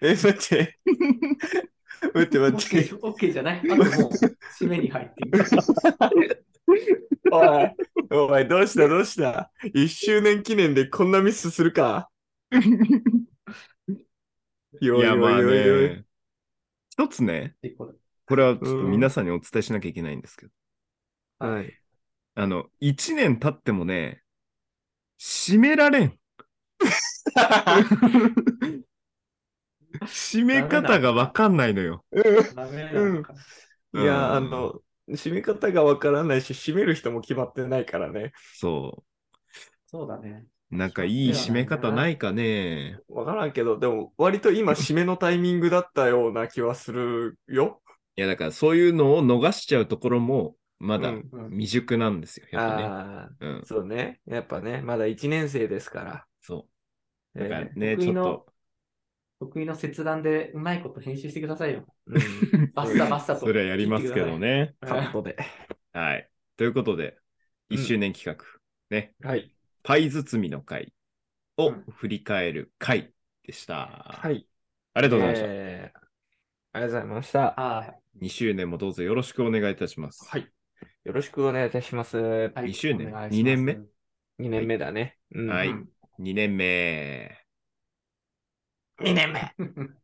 [SPEAKER 2] え、待 って。待って
[SPEAKER 3] オッ
[SPEAKER 2] 待
[SPEAKER 3] ケ
[SPEAKER 2] って。
[SPEAKER 3] ーオッケーじゃないあともう、締めに入っていく。
[SPEAKER 2] おい、おい、どうしたどうした一周年記念でこんなミスする かよ
[SPEAKER 1] い
[SPEAKER 2] い
[SPEAKER 1] や、まあ
[SPEAKER 2] よいよいよい。
[SPEAKER 1] ね。一つね、
[SPEAKER 3] でこれ
[SPEAKER 1] これはちょっと皆さんにお伝えしなきゃいけないんですけど、
[SPEAKER 2] はい。
[SPEAKER 1] あの、一年経ってもね、締められん。締め方がわかんないのよ。
[SPEAKER 3] ダメなのかな。
[SPEAKER 2] いや、あの、締め方がわからないし、締める人も決まってないからね。
[SPEAKER 1] そ
[SPEAKER 3] そうだね。
[SPEAKER 1] う。なんかいい締め方ないかね。
[SPEAKER 2] わからんけど、でも、割 と今、締めのタイミングだったような気はするよ。
[SPEAKER 1] いや、だからそういうのを逃しちゃうところも、まだ
[SPEAKER 2] うん
[SPEAKER 3] うん。
[SPEAKER 1] 未熟なんですよ。やっぱね。
[SPEAKER 2] あ
[SPEAKER 1] うん
[SPEAKER 2] あ、。そうね。やっぱね、まだ1年生ですから。
[SPEAKER 1] そ
[SPEAKER 2] え
[SPEAKER 1] う。だから
[SPEAKER 2] え
[SPEAKER 1] ね、
[SPEAKER 3] 得
[SPEAKER 1] ちょ
[SPEAKER 3] 意
[SPEAKER 1] っ
[SPEAKER 3] の
[SPEAKER 1] と。
[SPEAKER 3] 得意の切断でうまいこと編集してくださいよ。
[SPEAKER 2] うん
[SPEAKER 3] バッサバッサと。
[SPEAKER 1] それはやりますけどね。
[SPEAKER 3] 聞いてくだ
[SPEAKER 2] カ
[SPEAKER 3] さい。
[SPEAKER 2] ット で。
[SPEAKER 1] はい。ということで、
[SPEAKER 2] うん
[SPEAKER 1] 1周年企画、ね、
[SPEAKER 2] はい。
[SPEAKER 1] パイ包みの会
[SPEAKER 3] う
[SPEAKER 1] を
[SPEAKER 3] ん
[SPEAKER 1] 振り返る会でした。
[SPEAKER 2] はい。
[SPEAKER 1] ありがと
[SPEAKER 2] あ
[SPEAKER 1] うございました。
[SPEAKER 2] えーありがとうございました。
[SPEAKER 3] はい。
[SPEAKER 1] 2周年もどうぞよろしくお願いいたします。
[SPEAKER 2] はい。よろしくお願いいたします。2
[SPEAKER 3] はい
[SPEAKER 1] 二周年
[SPEAKER 3] お願いし
[SPEAKER 1] 二
[SPEAKER 3] ます
[SPEAKER 1] 年目
[SPEAKER 2] 年目だね。うん
[SPEAKER 1] はい
[SPEAKER 3] うん
[SPEAKER 1] 2年目。
[SPEAKER 2] 2年目。
[SPEAKER 3] うん